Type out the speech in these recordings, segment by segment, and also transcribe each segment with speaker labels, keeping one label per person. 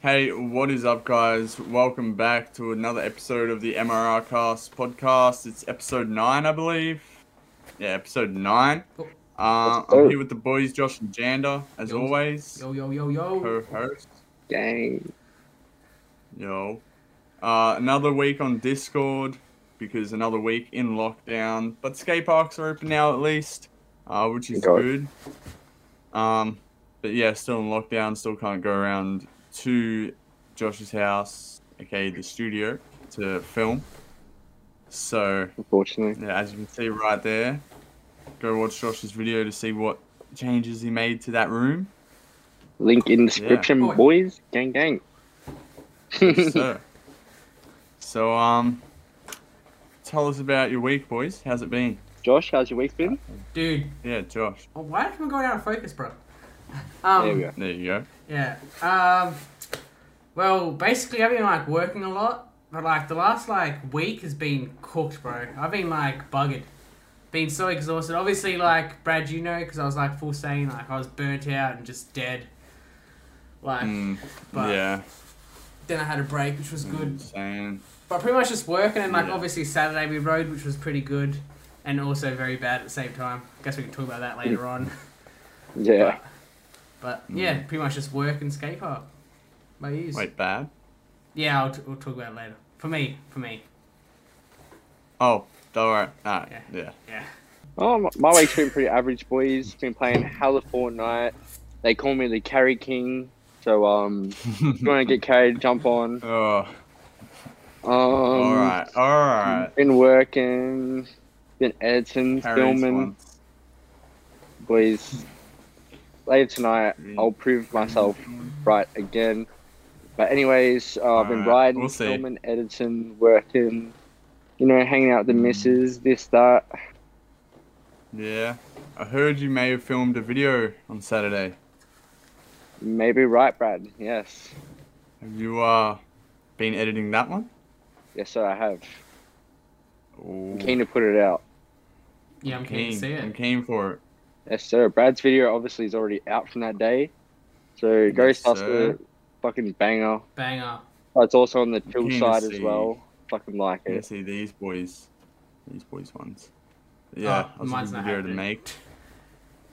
Speaker 1: Hey, what is up, guys? Welcome back to another episode of the MRR Cast podcast. It's episode nine, I believe. Yeah, episode nine.
Speaker 2: Cool.
Speaker 1: Uh,
Speaker 3: go.
Speaker 1: I'm here with the boys, Josh and Jander, as
Speaker 2: Oh. Yo.
Speaker 1: always.
Speaker 2: Yo, yo, yo, yo.
Speaker 1: Co-host.
Speaker 3: Dang.
Speaker 1: Yo. Uh, another week on Discord because another week in lockdown, but skate parks are open now at least, uh, which is
Speaker 3: Go.
Speaker 1: good. Um, but yeah, still in lockdown, still can't go around to Josh's house, okay, the studio, to film. So
Speaker 3: Unfortunately.
Speaker 1: yeah, as you can see right there, go watch Josh's video to see what changes he made to that room.
Speaker 3: Link in description,
Speaker 2: Oi.
Speaker 3: boys. Gang, gang.
Speaker 1: so, so um, tell us about your week, boys. How's it been?
Speaker 3: Josh, how's your week been?
Speaker 2: Dude,
Speaker 1: Yeah, Josh.
Speaker 2: oh, why am I going out of focus, bro? Um,
Speaker 3: there we go.
Speaker 1: There you go.
Speaker 2: Yeah. Um, well, basically, I've been like working a lot, but like the last like week has been cooked, bro. I've been like buggered, been so exhausted. Obviously, like Brad, you know, because I was like full saying like I was burnt out and just dead. Like
Speaker 1: Mm,
Speaker 2: But-
Speaker 1: yeah,
Speaker 2: then I had a break, which was good.
Speaker 1: insane.
Speaker 2: But pretty much just working and like
Speaker 1: Yeah.
Speaker 2: obviously Saturday we rode, which was pretty good, and also very bad at the same time. Guess we can talk about that later on.
Speaker 3: Yeah.
Speaker 2: But yeah, pretty much just work and skate park. My ears.
Speaker 1: Mm. Wait, bad.
Speaker 2: Yeah, I'll t- we'll talk about it later. For me, for me,
Speaker 1: Oh, all right. Ah,
Speaker 2: Yeah.
Speaker 1: yeah.
Speaker 2: yeah.
Speaker 3: Oh, my, my week's been pretty average, boys. Been playing hella Fortnite. They call me the carry king. So, um, if you want to get carried, jump on.
Speaker 1: oh,
Speaker 3: Um,
Speaker 1: all right, all right.
Speaker 3: Been working. Been editing,
Speaker 1: Carries
Speaker 3: filming.
Speaker 1: one.
Speaker 3: Boys, later tonight,
Speaker 1: Really?
Speaker 3: I'll prove myself right again. But anyways, uh, I've been
Speaker 1: Alright,
Speaker 3: riding,
Speaker 1: we'll see.
Speaker 3: filming, editing, working, you know, hanging out
Speaker 1: Mm.
Speaker 3: with the missus, this, that.
Speaker 1: Yeah, I heard you may have filmed a video on Saturday.
Speaker 3: Maybe right, Brad. Yes.
Speaker 1: Have you uh been editing that one?
Speaker 3: Yes, sir, I have.
Speaker 1: Ooh,
Speaker 3: I'm keen to put it out.
Speaker 2: Yeah, I'm keen to see
Speaker 1: I'm
Speaker 2: it.
Speaker 1: keen for it.
Speaker 3: Yes, sir. Brad's video obviously is already out from that day. So go
Speaker 1: Yes,
Speaker 3: Hustler,
Speaker 1: sir.
Speaker 3: fucking banger.
Speaker 2: Banger.
Speaker 3: Oh, It's also on the chill
Speaker 1: keen to
Speaker 3: side as
Speaker 1: see.
Speaker 3: well. Fucking like
Speaker 1: Yeah,
Speaker 3: it.
Speaker 1: see these boys, these boys ones. Yeah,
Speaker 2: Oh,
Speaker 1: I was
Speaker 2: mine's
Speaker 1: looking
Speaker 2: not
Speaker 1: video to
Speaker 2: happening.
Speaker 1: make.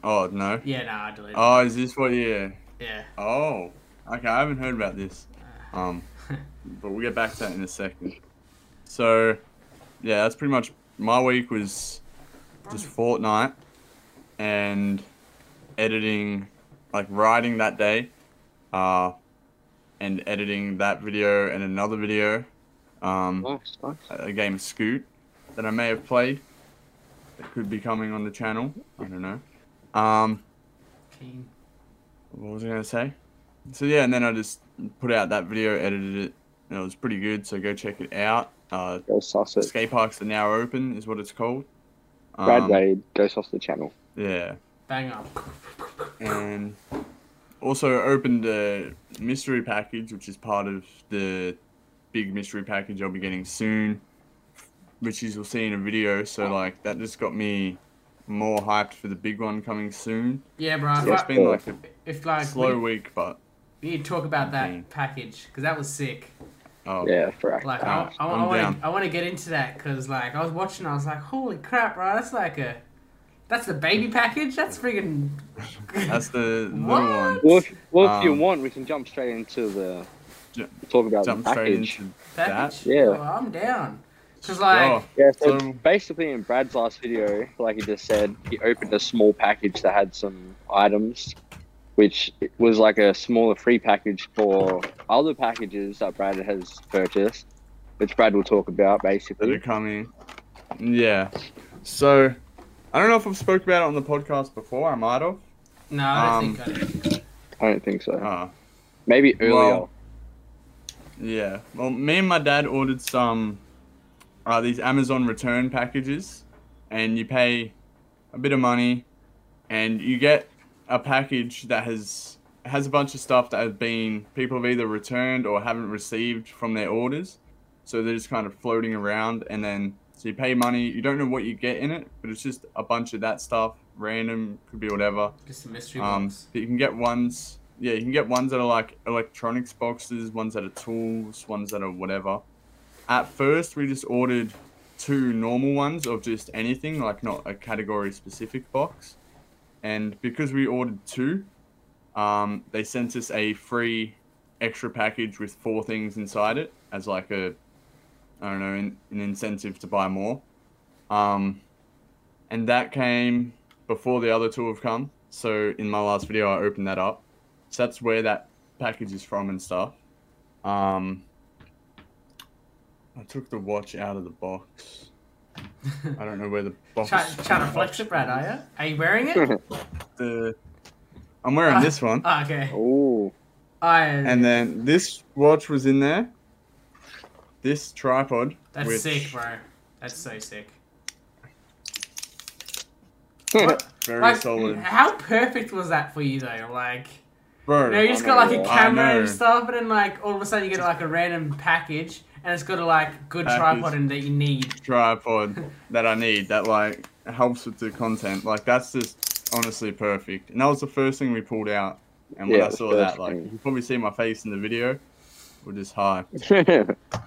Speaker 1: Oh no.
Speaker 2: Yeah, nah, I deleted.
Speaker 1: Oh, is this what? Yeah.
Speaker 2: it. Yeah.
Speaker 1: Oh, okay. I haven't heard about this.
Speaker 2: Ah.
Speaker 1: Um, but we'll get back to that in a second. So, yeah, that's pretty much my week was just Fortnite and editing, like writing that day, uh, and editing that video and another video. Um,
Speaker 3: Nice, nice.
Speaker 1: a game of Scoot that I may have played that could be coming on the channel. I don't know. Um,
Speaker 2: Keen.
Speaker 1: what was I gonna say? So yeah, and then I just put out that video, edited it, and it was pretty good. So go check it out. Uh,
Speaker 3: Go sauce it.
Speaker 1: skate parks are now open, is what it's called.
Speaker 3: Brad
Speaker 1: Um,
Speaker 3: Wade, go sauce the channel.
Speaker 1: Yeah,
Speaker 2: Banger.
Speaker 1: and also opened a mystery package, which is part of the big mystery package I'll be getting soon, which is you'll see in a video. So like that just got me more hyped for the big one coming soon.
Speaker 2: Yeah, bro.
Speaker 1: So it's
Speaker 2: If,
Speaker 1: been like a
Speaker 2: if like
Speaker 1: slow
Speaker 2: we,
Speaker 1: week, but
Speaker 2: we need to talk about that
Speaker 1: Mhm.
Speaker 2: package because that was sick.
Speaker 1: oh
Speaker 3: Yeah, frack.
Speaker 2: Like
Speaker 1: Alright,
Speaker 2: I, I,
Speaker 1: I'm
Speaker 2: I
Speaker 1: down.
Speaker 2: want to I want to get into that because like I was watching, I was like, holy crap, bro, that's like a that's the baby package. That's freaking.
Speaker 1: that's the little
Speaker 2: What?
Speaker 1: one.
Speaker 3: Well, if, well, if you
Speaker 1: Um,
Speaker 3: want, we can jump straight into the
Speaker 1: Ju-
Speaker 3: talk about
Speaker 1: Jump
Speaker 3: the
Speaker 1: straight
Speaker 3: package.
Speaker 1: into that.
Speaker 2: package.
Speaker 3: Yeah.
Speaker 2: Oh, I'm down. 'Cause,
Speaker 1: oh,
Speaker 2: like-
Speaker 3: Yeah, so
Speaker 1: So-
Speaker 3: basically in Brad's last video, like he just said, he opened a small package that had some items, which was like a smaller free package for other packages that Brad has purchased, which Brad will talk about
Speaker 1: that are
Speaker 3: basically.
Speaker 1: coming. Yeah. So I don't know if I've spoke about it on the podcast before. I might have.
Speaker 2: No, I don't
Speaker 1: Um,
Speaker 2: think I did.
Speaker 3: I don't think so.
Speaker 1: Uh,
Speaker 3: Maybe earlier.
Speaker 1: well- yeah. Well, me and my dad ordered some uh, these Amazon return packages, and you pay a bit of money, and you get a package that has has a bunch of stuff that have been people have either returned or haven't received from their orders. So they're just kind of floating around, and then so you pay money. You don't know what you get in it, but it's just a bunch of that stuff, random, could be whatever.
Speaker 2: Just a mystery
Speaker 1: Um,
Speaker 2: box.
Speaker 1: but you can get ones yeah, you can get ones that are like electronics boxes, ones that are tools, ones that are whatever. At first, we just ordered two normal ones of just anything, like not a category specific box. And because we ordered two, um, they sent us a free extra package with four things inside it as like a, I don't know, an, an incentive to buy more. Um, and that came before the other two have come. So in my last video, I opened that up. So that's where that package is from and stuff. Um, I took the watch out of the box. I don't know where the box.
Speaker 2: Try, trying to flex it, Brad, are you? Are you wearing it?
Speaker 1: the, I'm wearing
Speaker 2: Ah.
Speaker 1: this one,
Speaker 2: Ah, okay.
Speaker 3: Oh,
Speaker 2: I,
Speaker 1: and then this watch was in there. This tripod.
Speaker 2: that's
Speaker 1: which-
Speaker 2: sick, bro. That's so sick.
Speaker 3: I
Speaker 1: Very
Speaker 2: Like,
Speaker 1: solid,
Speaker 2: How perfect was that for you though? Like,
Speaker 1: bro.
Speaker 2: you know, you just got
Speaker 3: I
Speaker 2: like a
Speaker 3: know.
Speaker 1: I
Speaker 2: camera
Speaker 1: know.
Speaker 2: and stuff, and then like all of a sudden you get like a random package, and it's got a like good
Speaker 1: Package.
Speaker 2: tripod in that you need.
Speaker 1: tripod that I need that like helps with the content. Like that's just honestly perfect. And that was the first thing we pulled out. And when
Speaker 3: Yeah,
Speaker 1: I
Speaker 3: the
Speaker 1: saw
Speaker 3: first
Speaker 1: that, like
Speaker 3: thing.
Speaker 1: you can probably see my face in the video. We're just high.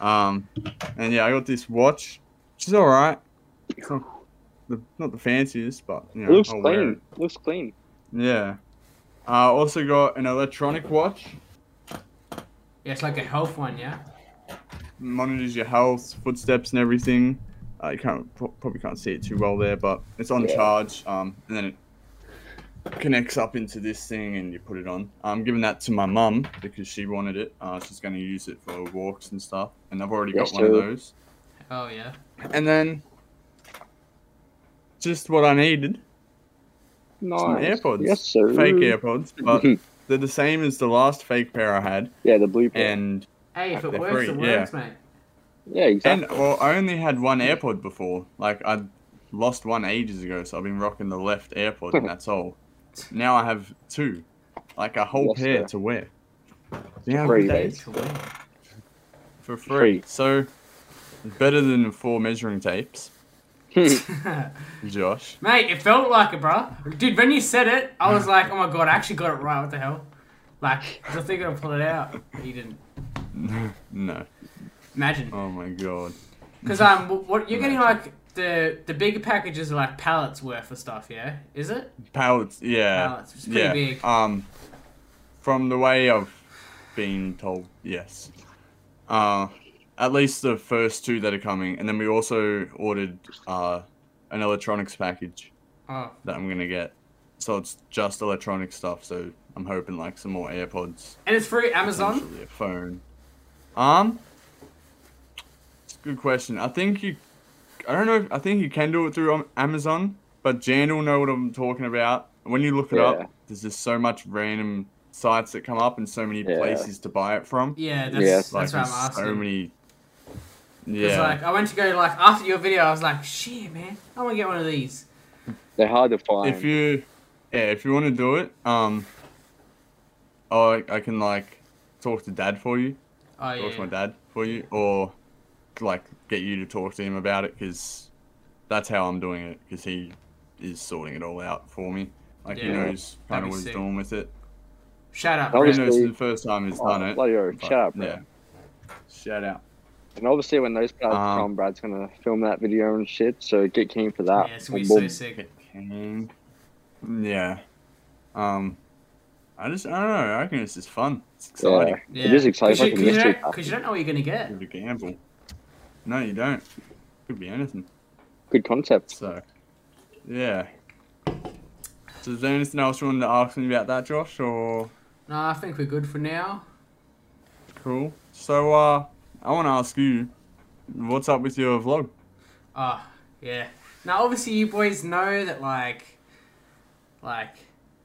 Speaker 1: Um, and yeah, I got this watch, which is all right. It's not the, not the fanciest, but you know,
Speaker 3: looks
Speaker 1: I'll wear
Speaker 3: clean.
Speaker 1: it.
Speaker 3: Looks clean.
Speaker 1: Yeah. I also got an electronic watch.
Speaker 2: Yeah, it's like a health one, yeah.
Speaker 1: monitors your health, footsteps, and everything. Uh, you can't pro- probably can't see it too well there, but it's on
Speaker 3: Yeah.
Speaker 1: charge. Um, and then it connects up into this thing, and you put it on. I'm giving that to my mum because she wanted it. Uh, she's going to use it for walks and stuff. And I've already
Speaker 3: Yes,
Speaker 1: got one of
Speaker 3: sir.
Speaker 1: those.
Speaker 2: Oh yeah.
Speaker 1: And then just what I needed: some
Speaker 3: Nice.
Speaker 1: AirPods,
Speaker 3: Yes, sir.
Speaker 1: fake AirPods, but they're the same as the last fake pair I had,
Speaker 3: Yeah, the blue pair.
Speaker 1: and
Speaker 2: Hey, if it
Speaker 1: They're
Speaker 2: works,
Speaker 1: free,
Speaker 2: it
Speaker 1: yeah.
Speaker 2: works, mate.
Speaker 3: yeah, exactly.
Speaker 1: And well, I only had one AirPod before. Like I lost one ages ago, so I've been rocking the left AirPod, and that's all. Now I have two, like a whole
Speaker 3: Yes,
Speaker 1: pair
Speaker 3: sir.
Speaker 1: to wear. See how
Speaker 3: Free,
Speaker 1: good that
Speaker 3: mate.
Speaker 1: is?
Speaker 2: It's weird.
Speaker 1: for free.
Speaker 3: Free.
Speaker 1: So better than four measuring tapes, Josh.
Speaker 2: Mate, it felt like it, bro. Dude, when you said it, I was like, oh my god, I actually got it right. What the hell? Like, I was thinking I'd pull it out. But you didn't.
Speaker 1: No.
Speaker 2: Imagine.
Speaker 1: Oh my god.
Speaker 2: Because um, wh- what you're getting like the the bigger packages are like pallets worth of stuff, yeah? Is it?
Speaker 1: Pallets. Yeah.
Speaker 2: Pallets, it's pretty
Speaker 1: yeah.
Speaker 2: big.
Speaker 1: Um, from the way I've been told, yes. Uh, at least the first two that are coming, and then we also ordered uh, an electronics package
Speaker 2: Oh,
Speaker 1: that I'm gonna get. So it's just electronic stuff. So I'm hoping like some more AirPods,
Speaker 2: and it's free Amazon.
Speaker 1: potentially a phone. Um, it's a good question. I think you, I don't know. If, I think you can do it through Am- Amazon, but Jan will know what I'm talking about. When you look it
Speaker 3: Yeah.
Speaker 1: up, there's just so much random sites that come up and so many
Speaker 3: Yeah.
Speaker 1: places to buy it from.
Speaker 2: Yeah, that's
Speaker 3: Yeah,
Speaker 2: that's
Speaker 1: Like,
Speaker 2: what I'm
Speaker 1: there's
Speaker 2: asking.
Speaker 1: so many.
Speaker 2: It's
Speaker 1: Yeah,
Speaker 2: like I went to go like after your video, I was like, shit, man, I want to get one of these.
Speaker 3: They're hard to find.
Speaker 1: if you, yeah, if you want to do it, um, I I can like talk to dad for you.
Speaker 2: Oh
Speaker 1: talk to my
Speaker 2: yeah.
Speaker 1: dad for you, or like get you to talk to him about it because that's how I'm doing it because he is sorting it all out for me. Like he
Speaker 2: Yeah.
Speaker 1: knows kind
Speaker 2: That'd be
Speaker 1: of what
Speaker 2: sick.
Speaker 1: he's doing with it.
Speaker 2: Shout out,
Speaker 3: That
Speaker 1: I
Speaker 3: was
Speaker 2: Brad.
Speaker 1: know this is
Speaker 3: Obviously-
Speaker 1: the first time he's
Speaker 3: Oh,
Speaker 1: done it.
Speaker 3: bloody hell,
Speaker 1: but,
Speaker 3: shut up, bro.
Speaker 1: Yeah. Shout out.
Speaker 3: And obviously, when those cards
Speaker 1: Um,
Speaker 3: come, Brad's gonna film that video and shit. So get keen for that.
Speaker 2: Yeah, it's gonna be
Speaker 3: Boom.
Speaker 2: so sick.
Speaker 1: King. Yeah. Um, I just I don't know. I reckon it's just fun. It's exciting.
Speaker 3: Yeah. It is exciting. It's like a
Speaker 2: Because you,
Speaker 3: mystery
Speaker 2: don't- 'cause you don't know what you're gonna get.
Speaker 1: Give it a gamble. No, you don't. Could be anything.
Speaker 3: Good concept.
Speaker 1: So, yeah. So, is there anything else you wanted to ask me about that, Josh? Or
Speaker 2: No, I think we're good for now.
Speaker 1: cool. So, uh, I want to ask you, what's up with your vlog?
Speaker 2: Oh, yeah. Now, obviously, you boys know that, like, like,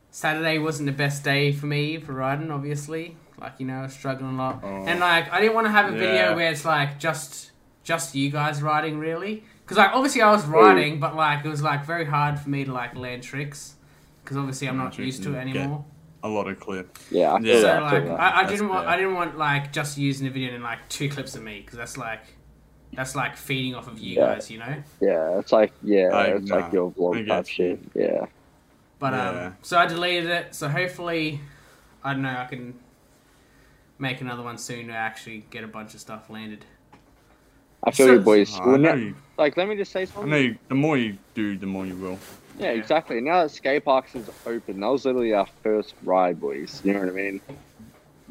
Speaker 2: Saturday wasn't the best day for me for riding, obviously. Like, you know, I was struggling a lot.
Speaker 1: Oh.
Speaker 2: And, like, I didn't want to have a
Speaker 1: Yeah.
Speaker 2: video where it's, like, just, just you guys riding, really. Because, like, obviously I was riding, but, like, it was, like, very hard for me to, like, land tricks. Because, obviously, I'm not
Speaker 1: Tricks
Speaker 2: used to it
Speaker 1: and get-
Speaker 2: anymore.
Speaker 1: A lot of clips.
Speaker 3: Yeah. I feel
Speaker 1: Yeah.
Speaker 2: So
Speaker 3: that, I
Speaker 2: like
Speaker 3: feel that.
Speaker 2: I, I
Speaker 1: That's
Speaker 2: didn't want
Speaker 1: fair.
Speaker 2: I didn't want like just using the video and like two clips of me because that's like that's like feeding off of you
Speaker 3: Yeah.
Speaker 2: guys, you know.
Speaker 3: yeah. It's like yeah.
Speaker 1: Like,
Speaker 3: it's
Speaker 1: nah,
Speaker 3: like your
Speaker 1: I
Speaker 3: vlog
Speaker 1: get
Speaker 3: type shit. Yeah.
Speaker 2: But
Speaker 1: Yeah.
Speaker 2: um, so I deleted it. So hopefully, I don't know. I can make another one soon to actually get a bunch of stuff landed.
Speaker 3: I feel
Speaker 2: So-
Speaker 3: you, boys.
Speaker 1: Oh, I
Speaker 3: Well,
Speaker 1: know
Speaker 3: now-
Speaker 1: you.
Speaker 3: like, let me just say
Speaker 1: I
Speaker 3: something.
Speaker 1: know you. The more you do, the more you will.
Speaker 3: Yeah, exactly. Now that skate parks is open, that was literally our first ride, boys. You know what I mean?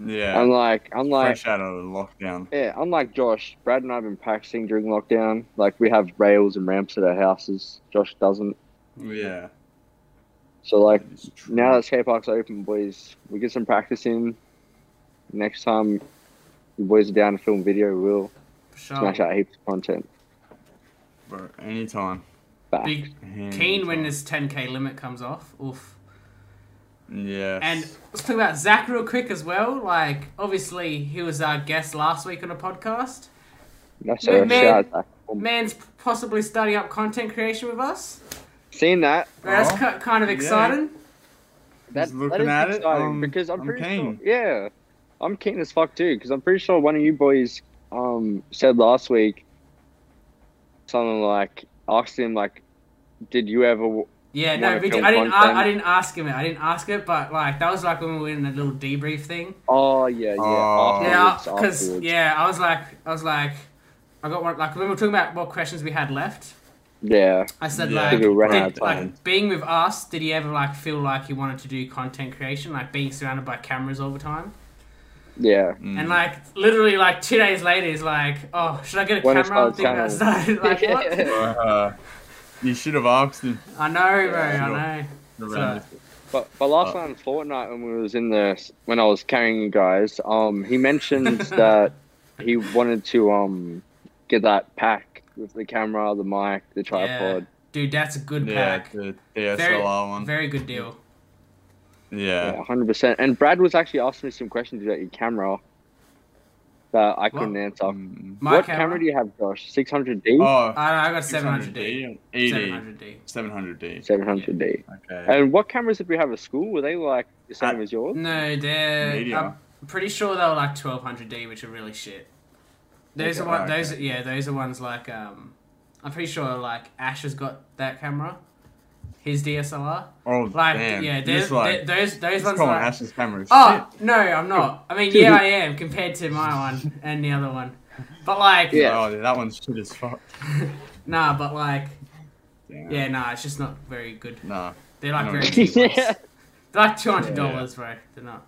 Speaker 1: Yeah.
Speaker 3: Unlike, unlike,
Speaker 1: Fresh out of the lockdown.
Speaker 3: yeah, unlike Josh, Brad and I've been practicing during lockdown. Like, we have rails and ramps at our houses. Josh doesn't.
Speaker 1: Yeah.
Speaker 3: So, like,
Speaker 1: that is true.
Speaker 3: now that skate park's open, boys, we get some practice in. Next time you boys are down to film video, we'll
Speaker 2: For sure.
Speaker 3: smash out heaps of content.
Speaker 1: Bro, anytime.
Speaker 3: Back.
Speaker 2: Be keen when this 10k limit comes off. Oof.
Speaker 1: Yeah.
Speaker 2: And let's talk about Zach real quick as well. Like, obviously, he was our guest last week on a podcast.
Speaker 3: That's
Speaker 2: Man-
Speaker 3: a shout out.
Speaker 2: Man's possibly starting up content creation with us.
Speaker 3: Seeing that,
Speaker 2: That's
Speaker 1: Oh,
Speaker 2: ki- kind of
Speaker 1: yeah.
Speaker 2: exciting.
Speaker 1: Just
Speaker 3: That, that is
Speaker 1: looking at it,
Speaker 3: exciting
Speaker 1: um,
Speaker 3: because I'm,
Speaker 1: I'm
Speaker 3: pretty
Speaker 1: keen.
Speaker 3: sure. Yeah, I'm keen as fuck too because I'm pretty sure one of you boys um said last week something like asked him like, "Did you ever?" w-
Speaker 2: Yeah, no,
Speaker 3: Wanna
Speaker 2: we
Speaker 3: film
Speaker 2: did, I didn't. I,
Speaker 3: content.
Speaker 2: I didn't ask him it. I didn't ask it, but like that was like when we were in a little debrief thing.
Speaker 3: Oh yeah, yeah.
Speaker 1: Oh.
Speaker 2: Yeah,
Speaker 3: afterwards,
Speaker 2: because
Speaker 3: afterwards.
Speaker 2: yeah, I was like, I was like, I got one. Like when we were talking about what questions we had left,
Speaker 3: yeah,
Speaker 2: I said
Speaker 1: Yeah.
Speaker 2: like,
Speaker 3: Think we ran
Speaker 2: did-
Speaker 3: out of
Speaker 1: time.
Speaker 2: like being with us, did he ever like feel like he wanted to do content creation, like being surrounded by cameras all the time?
Speaker 3: yeah.
Speaker 1: Mm.
Speaker 2: And like literally like two days later, he's like, oh, should I get a
Speaker 3: When it's
Speaker 2: camera? I'm
Speaker 3: called
Speaker 2: thinking about starting. Like what?
Speaker 1: Uh, you should have asked him.
Speaker 2: I know, bro.
Speaker 3: Yeah,
Speaker 2: I know.
Speaker 1: around
Speaker 2: So-
Speaker 1: this.
Speaker 3: But but last
Speaker 1: Uh,
Speaker 3: night on Fortnite when we was in the when I was carrying you guys, um, he mentioned that he wanted to um get that pack with the camera, the mic, the
Speaker 2: Yeah.
Speaker 3: tripod.
Speaker 2: Dude, that's a good
Speaker 1: Yeah,
Speaker 2: pack.
Speaker 1: the DSLR
Speaker 2: Very,
Speaker 1: one.
Speaker 2: very good deal.
Speaker 1: yeah.
Speaker 3: Yeah, hundred percent. And Brad was actually asking me some questions about your camera that I couldn't
Speaker 2: What?
Speaker 3: answer.
Speaker 1: Mm.
Speaker 2: My
Speaker 3: what
Speaker 2: camera.
Speaker 3: camera? do you have, Josh? Six hundred D,
Speaker 1: Oh,
Speaker 2: I, I got 700D.
Speaker 1: 700D. ED.
Speaker 2: 700D.
Speaker 1: 700D.
Speaker 3: seven hundred D.
Speaker 1: Okay.
Speaker 3: And what cameras did we have at school? Were they like the
Speaker 1: Uh,
Speaker 3: same as yours?
Speaker 2: No, they're.
Speaker 1: Media.
Speaker 2: I'm pretty sure they were like 1200D, which are really shit. Those
Speaker 3: Okay.
Speaker 2: are one.
Speaker 1: Okay.
Speaker 2: Those yeah, those are ones like um. I'm pretty sure like Ash has got that camera, his DSLR.
Speaker 1: Oh,
Speaker 2: Like
Speaker 1: damn.
Speaker 2: yeah,
Speaker 1: You're
Speaker 2: they're,
Speaker 1: just like,
Speaker 2: they're- those those
Speaker 1: just
Speaker 2: ones
Speaker 1: calling
Speaker 2: are. Like,
Speaker 1: Ash's cameras.
Speaker 2: oh no, I'm not. I mean yeah, I am compared to my one and the other one, but like
Speaker 3: Yeah.
Speaker 1: Oh, dude, that one's shit as fuck.
Speaker 2: nah, but like
Speaker 1: Damn.
Speaker 2: yeah, nah, it's just not very good.
Speaker 1: Nah.
Speaker 2: They're like
Speaker 1: No.
Speaker 2: very cheap. ones.
Speaker 3: yeah.
Speaker 2: They're like two hundred dollars, bro. They're not.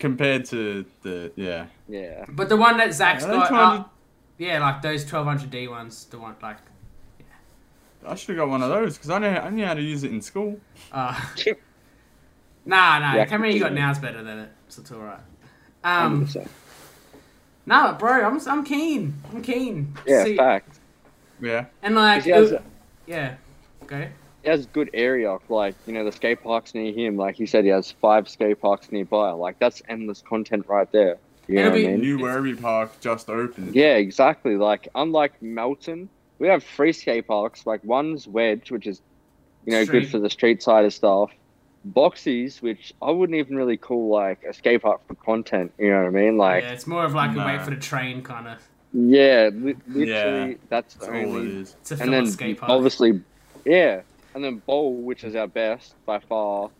Speaker 1: Compared to the yeah.
Speaker 3: Yeah.
Speaker 2: But the one that Zach's
Speaker 1: Yeah,
Speaker 2: got,
Speaker 1: they're 200
Speaker 2: uh, yeah, like those 1200D ones, the one like,
Speaker 1: I should have got one of those because I know I knew how to use it in school.
Speaker 2: uh, nah, nah,
Speaker 3: Yeah,
Speaker 2: the camera you got
Speaker 3: yeah.
Speaker 2: now's better than it, so it's all right.
Speaker 3: 100%.
Speaker 2: Um, nah, bro, I'm I'm keen, I'm keen. to
Speaker 3: yeah,
Speaker 2: see- uh,
Speaker 3: fact.
Speaker 1: Yeah.
Speaker 2: And like,
Speaker 3: 'Cause he has,
Speaker 2: it- yeah, okay,
Speaker 3: he has good area, like you know the skate parks near him. Like he said, he has five skate parks nearby. Like that's endless content right there. You know
Speaker 2: It'll
Speaker 3: what I
Speaker 2: be-
Speaker 3: mean?
Speaker 1: New Werribee Park just opened.
Speaker 3: Yeah, exactly. Like unlike Melton, we have three skate parks. Like one's Wedge, which is you know
Speaker 2: Street.
Speaker 3: good for the street side of stuff. Boxies, which I wouldn't even really call like a skate park for content. You know what I mean? Like
Speaker 2: yeah, it's more of like a wait
Speaker 1: Nah.
Speaker 2: for the train kind of.
Speaker 3: yeah, li-
Speaker 1: Yeah.
Speaker 3: literally that's the
Speaker 1: That's all it
Speaker 3: only.
Speaker 1: is.
Speaker 2: It's a
Speaker 3: And
Speaker 2: film
Speaker 3: then
Speaker 2: skate park.
Speaker 3: obviously, yeah, and then bowl, which is our best by far,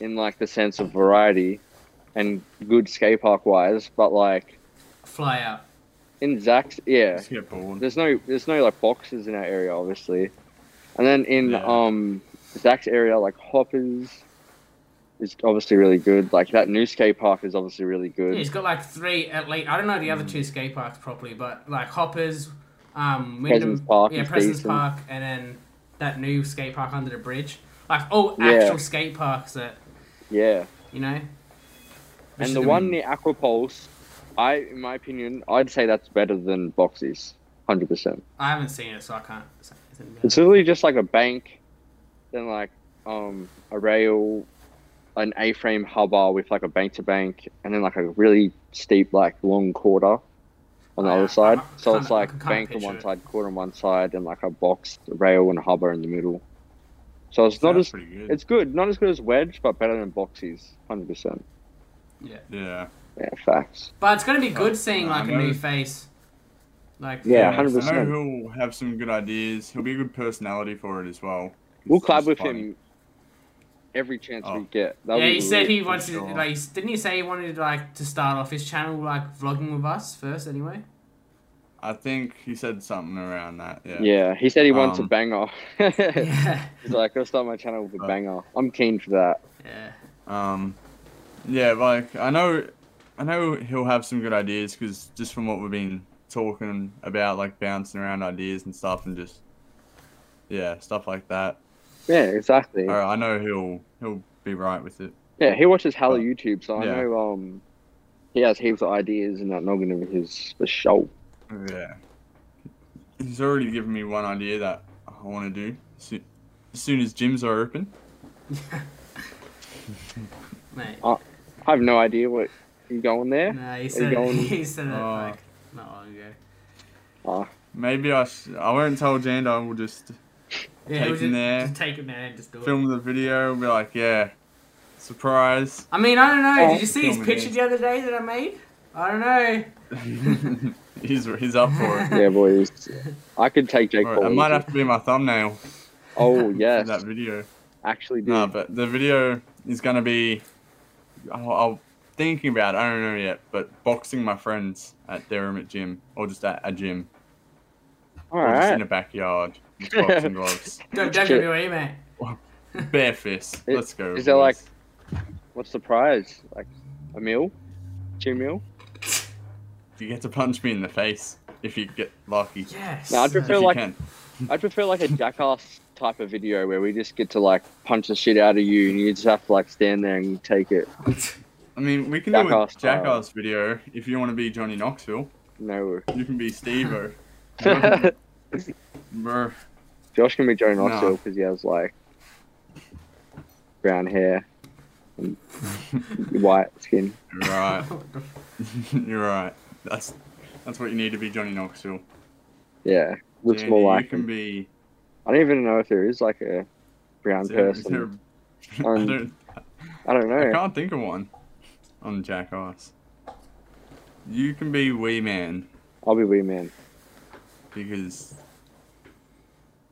Speaker 3: in like the sense of variety and good skate park wise. But like
Speaker 2: Fly out.
Speaker 3: in Zach's, yeah,
Speaker 1: Just get bored.
Speaker 3: there's no there's no like boxes in our area obviously and then in
Speaker 1: Yeah.
Speaker 3: um zach's area like hoppers is obviously really good like that new skate park is obviously really
Speaker 2: Yeah,
Speaker 3: good
Speaker 2: he's got like three at least. I don't know the
Speaker 3: Hmm.
Speaker 2: other two skate parks properly, but like Hoppers, um, Wyndham,
Speaker 3: Presence Park
Speaker 2: yeah,
Speaker 3: is
Speaker 2: Presence
Speaker 3: decent.
Speaker 2: Park, and then that new skate park under the bridge. Like all
Speaker 3: Yeah.
Speaker 2: actual skate parks that
Speaker 3: yeah
Speaker 2: you know. We
Speaker 3: and
Speaker 2: should
Speaker 3: the
Speaker 2: do-
Speaker 3: one near aquapulse i in my opinion i'd say that's better than boxes 100%
Speaker 2: I haven't seen it, so I can't. Say anything about
Speaker 3: it's
Speaker 2: it.
Speaker 3: literally just like a bank then like um a rail an a-frame hub bar with like a bank to bank and then like a really steep like long quarter
Speaker 2: Oh,
Speaker 3: on the
Speaker 2: Yeah, I-
Speaker 3: other side
Speaker 2: I
Speaker 3: so
Speaker 2: kinda-
Speaker 3: it's
Speaker 2: I
Speaker 3: like
Speaker 2: can kinda
Speaker 3: bank on
Speaker 2: picture
Speaker 3: one
Speaker 2: it.
Speaker 3: side quarter on one side and like a box rail and hubber in the middle so it's not
Speaker 1: Sounds
Speaker 3: as
Speaker 1: pretty good.
Speaker 3: it's good not as good as wedge but better than boxies 100%
Speaker 1: yeah.
Speaker 3: yeah facts
Speaker 2: But it's gonna be good seeing
Speaker 1: Nah,
Speaker 2: like a
Speaker 1: no.
Speaker 2: new face. Like
Speaker 3: Oh, Yeah,
Speaker 1: I
Speaker 3: 100%.
Speaker 1: know he'll have some good ideas. He'll be a good personality for it as well.
Speaker 3: we'll
Speaker 1: It's
Speaker 3: collab
Speaker 1: just
Speaker 3: with
Speaker 1: funny.
Speaker 3: him every chance
Speaker 1: Oh.
Speaker 3: we get. That
Speaker 2: yeah,
Speaker 3: was
Speaker 2: he said he
Speaker 3: really-
Speaker 2: wanted to,
Speaker 1: sure.
Speaker 2: like s- didn't he say he wanted to, like to start off his channel like vlogging with us first anyway?
Speaker 1: I think he said something around that. Yeah.
Speaker 3: Yeah, he said he wants
Speaker 1: Um,
Speaker 3: a banger.
Speaker 2: yeah.
Speaker 3: He's like, I'll start my channel with a
Speaker 1: Uh,
Speaker 3: banger. I'm keen for that.
Speaker 2: Yeah.
Speaker 1: Um, yeah, like I know, I know he'll have some good ideas because just from what we've been talking about, like bouncing around ideas and stuff, and just yeah, stuff like that.
Speaker 3: Yeah, exactly.
Speaker 1: Or I know he'll he'll be right with it.
Speaker 3: Yeah, he watches Hello
Speaker 1: Uh,
Speaker 3: YouTube, so I
Speaker 1: yeah.
Speaker 3: know um he has heaps of ideas and that noggin of his for sure.
Speaker 1: Yeah, he's already given me one idea that I want to do so, as soon as gyms are open.
Speaker 2: Mate.
Speaker 3: I have no idea what you going there.
Speaker 2: No, he said
Speaker 3: going-
Speaker 2: he said it
Speaker 1: Oh.
Speaker 2: like not long ago.
Speaker 3: Ah,
Speaker 1: Maybe I sh- I won't tell Jando. We'll just
Speaker 2: Yeah,
Speaker 1: Take
Speaker 2: we'll
Speaker 1: him
Speaker 2: just,
Speaker 1: there.
Speaker 2: just take him there and just do it.
Speaker 1: film the video and be like, yeah, surprise.
Speaker 2: I mean, I don't know. Did you see
Speaker 1: Oh,
Speaker 2: his
Speaker 1: Film him
Speaker 2: picture the other day that I made? I don't know.
Speaker 1: he's he's up for it.
Speaker 3: yeah, boys. I could take Jake
Speaker 1: Alright,
Speaker 3: Paul.
Speaker 1: that might have to be my thumbnail
Speaker 3: Oh
Speaker 1: for that
Speaker 3: yes,
Speaker 1: video.
Speaker 3: actually do.
Speaker 1: No, but the video is gonna be. I'll, I'll thinking about. It, I don't know yet, but boxing my friends at their room at gym, or just at a gym,
Speaker 3: All
Speaker 1: or just
Speaker 3: right.
Speaker 1: in a backyard with boxing gloves,
Speaker 2: Don't
Speaker 3: Shit.
Speaker 2: WWE, mate.
Speaker 1: bare fists.
Speaker 3: Is-
Speaker 1: Let's go.
Speaker 3: is there, like-
Speaker 1: boys.
Speaker 3: What's the prize? Like a meal, two meal?
Speaker 1: You get to punch me in the face if you get lucky.
Speaker 2: Yes.
Speaker 3: No, I'd
Speaker 1: If
Speaker 3: prefer
Speaker 1: you
Speaker 3: like-
Speaker 1: can.
Speaker 3: I'd prefer like a jackass type of video where we just get to like punch the shit out of you and you just have to like stand there and take it.
Speaker 1: I mean, we can do a
Speaker 3: Jackass style.
Speaker 1: jackass video if you want to be Johnny Knoxville.
Speaker 3: No.
Speaker 1: You can be Steve-O. Bruh.
Speaker 3: Josh can be Joe
Speaker 1: No.
Speaker 3: Knoxville because he has like brown hair and white skin.
Speaker 1: Right. You're right. That's that's what you need to be Johnny Knoxville.
Speaker 3: Yeah, looks
Speaker 1: Danny,
Speaker 3: more like
Speaker 1: you can
Speaker 3: him.
Speaker 1: be.
Speaker 3: I don't even know if there is like a brown
Speaker 1: is there- is
Speaker 3: person.
Speaker 1: there- I,
Speaker 3: Um,
Speaker 1: don't,
Speaker 3: I don't
Speaker 1: I
Speaker 3: know.
Speaker 1: can't think of one on Jackass. You can be Wee Man
Speaker 3: I'll be wee man.
Speaker 1: because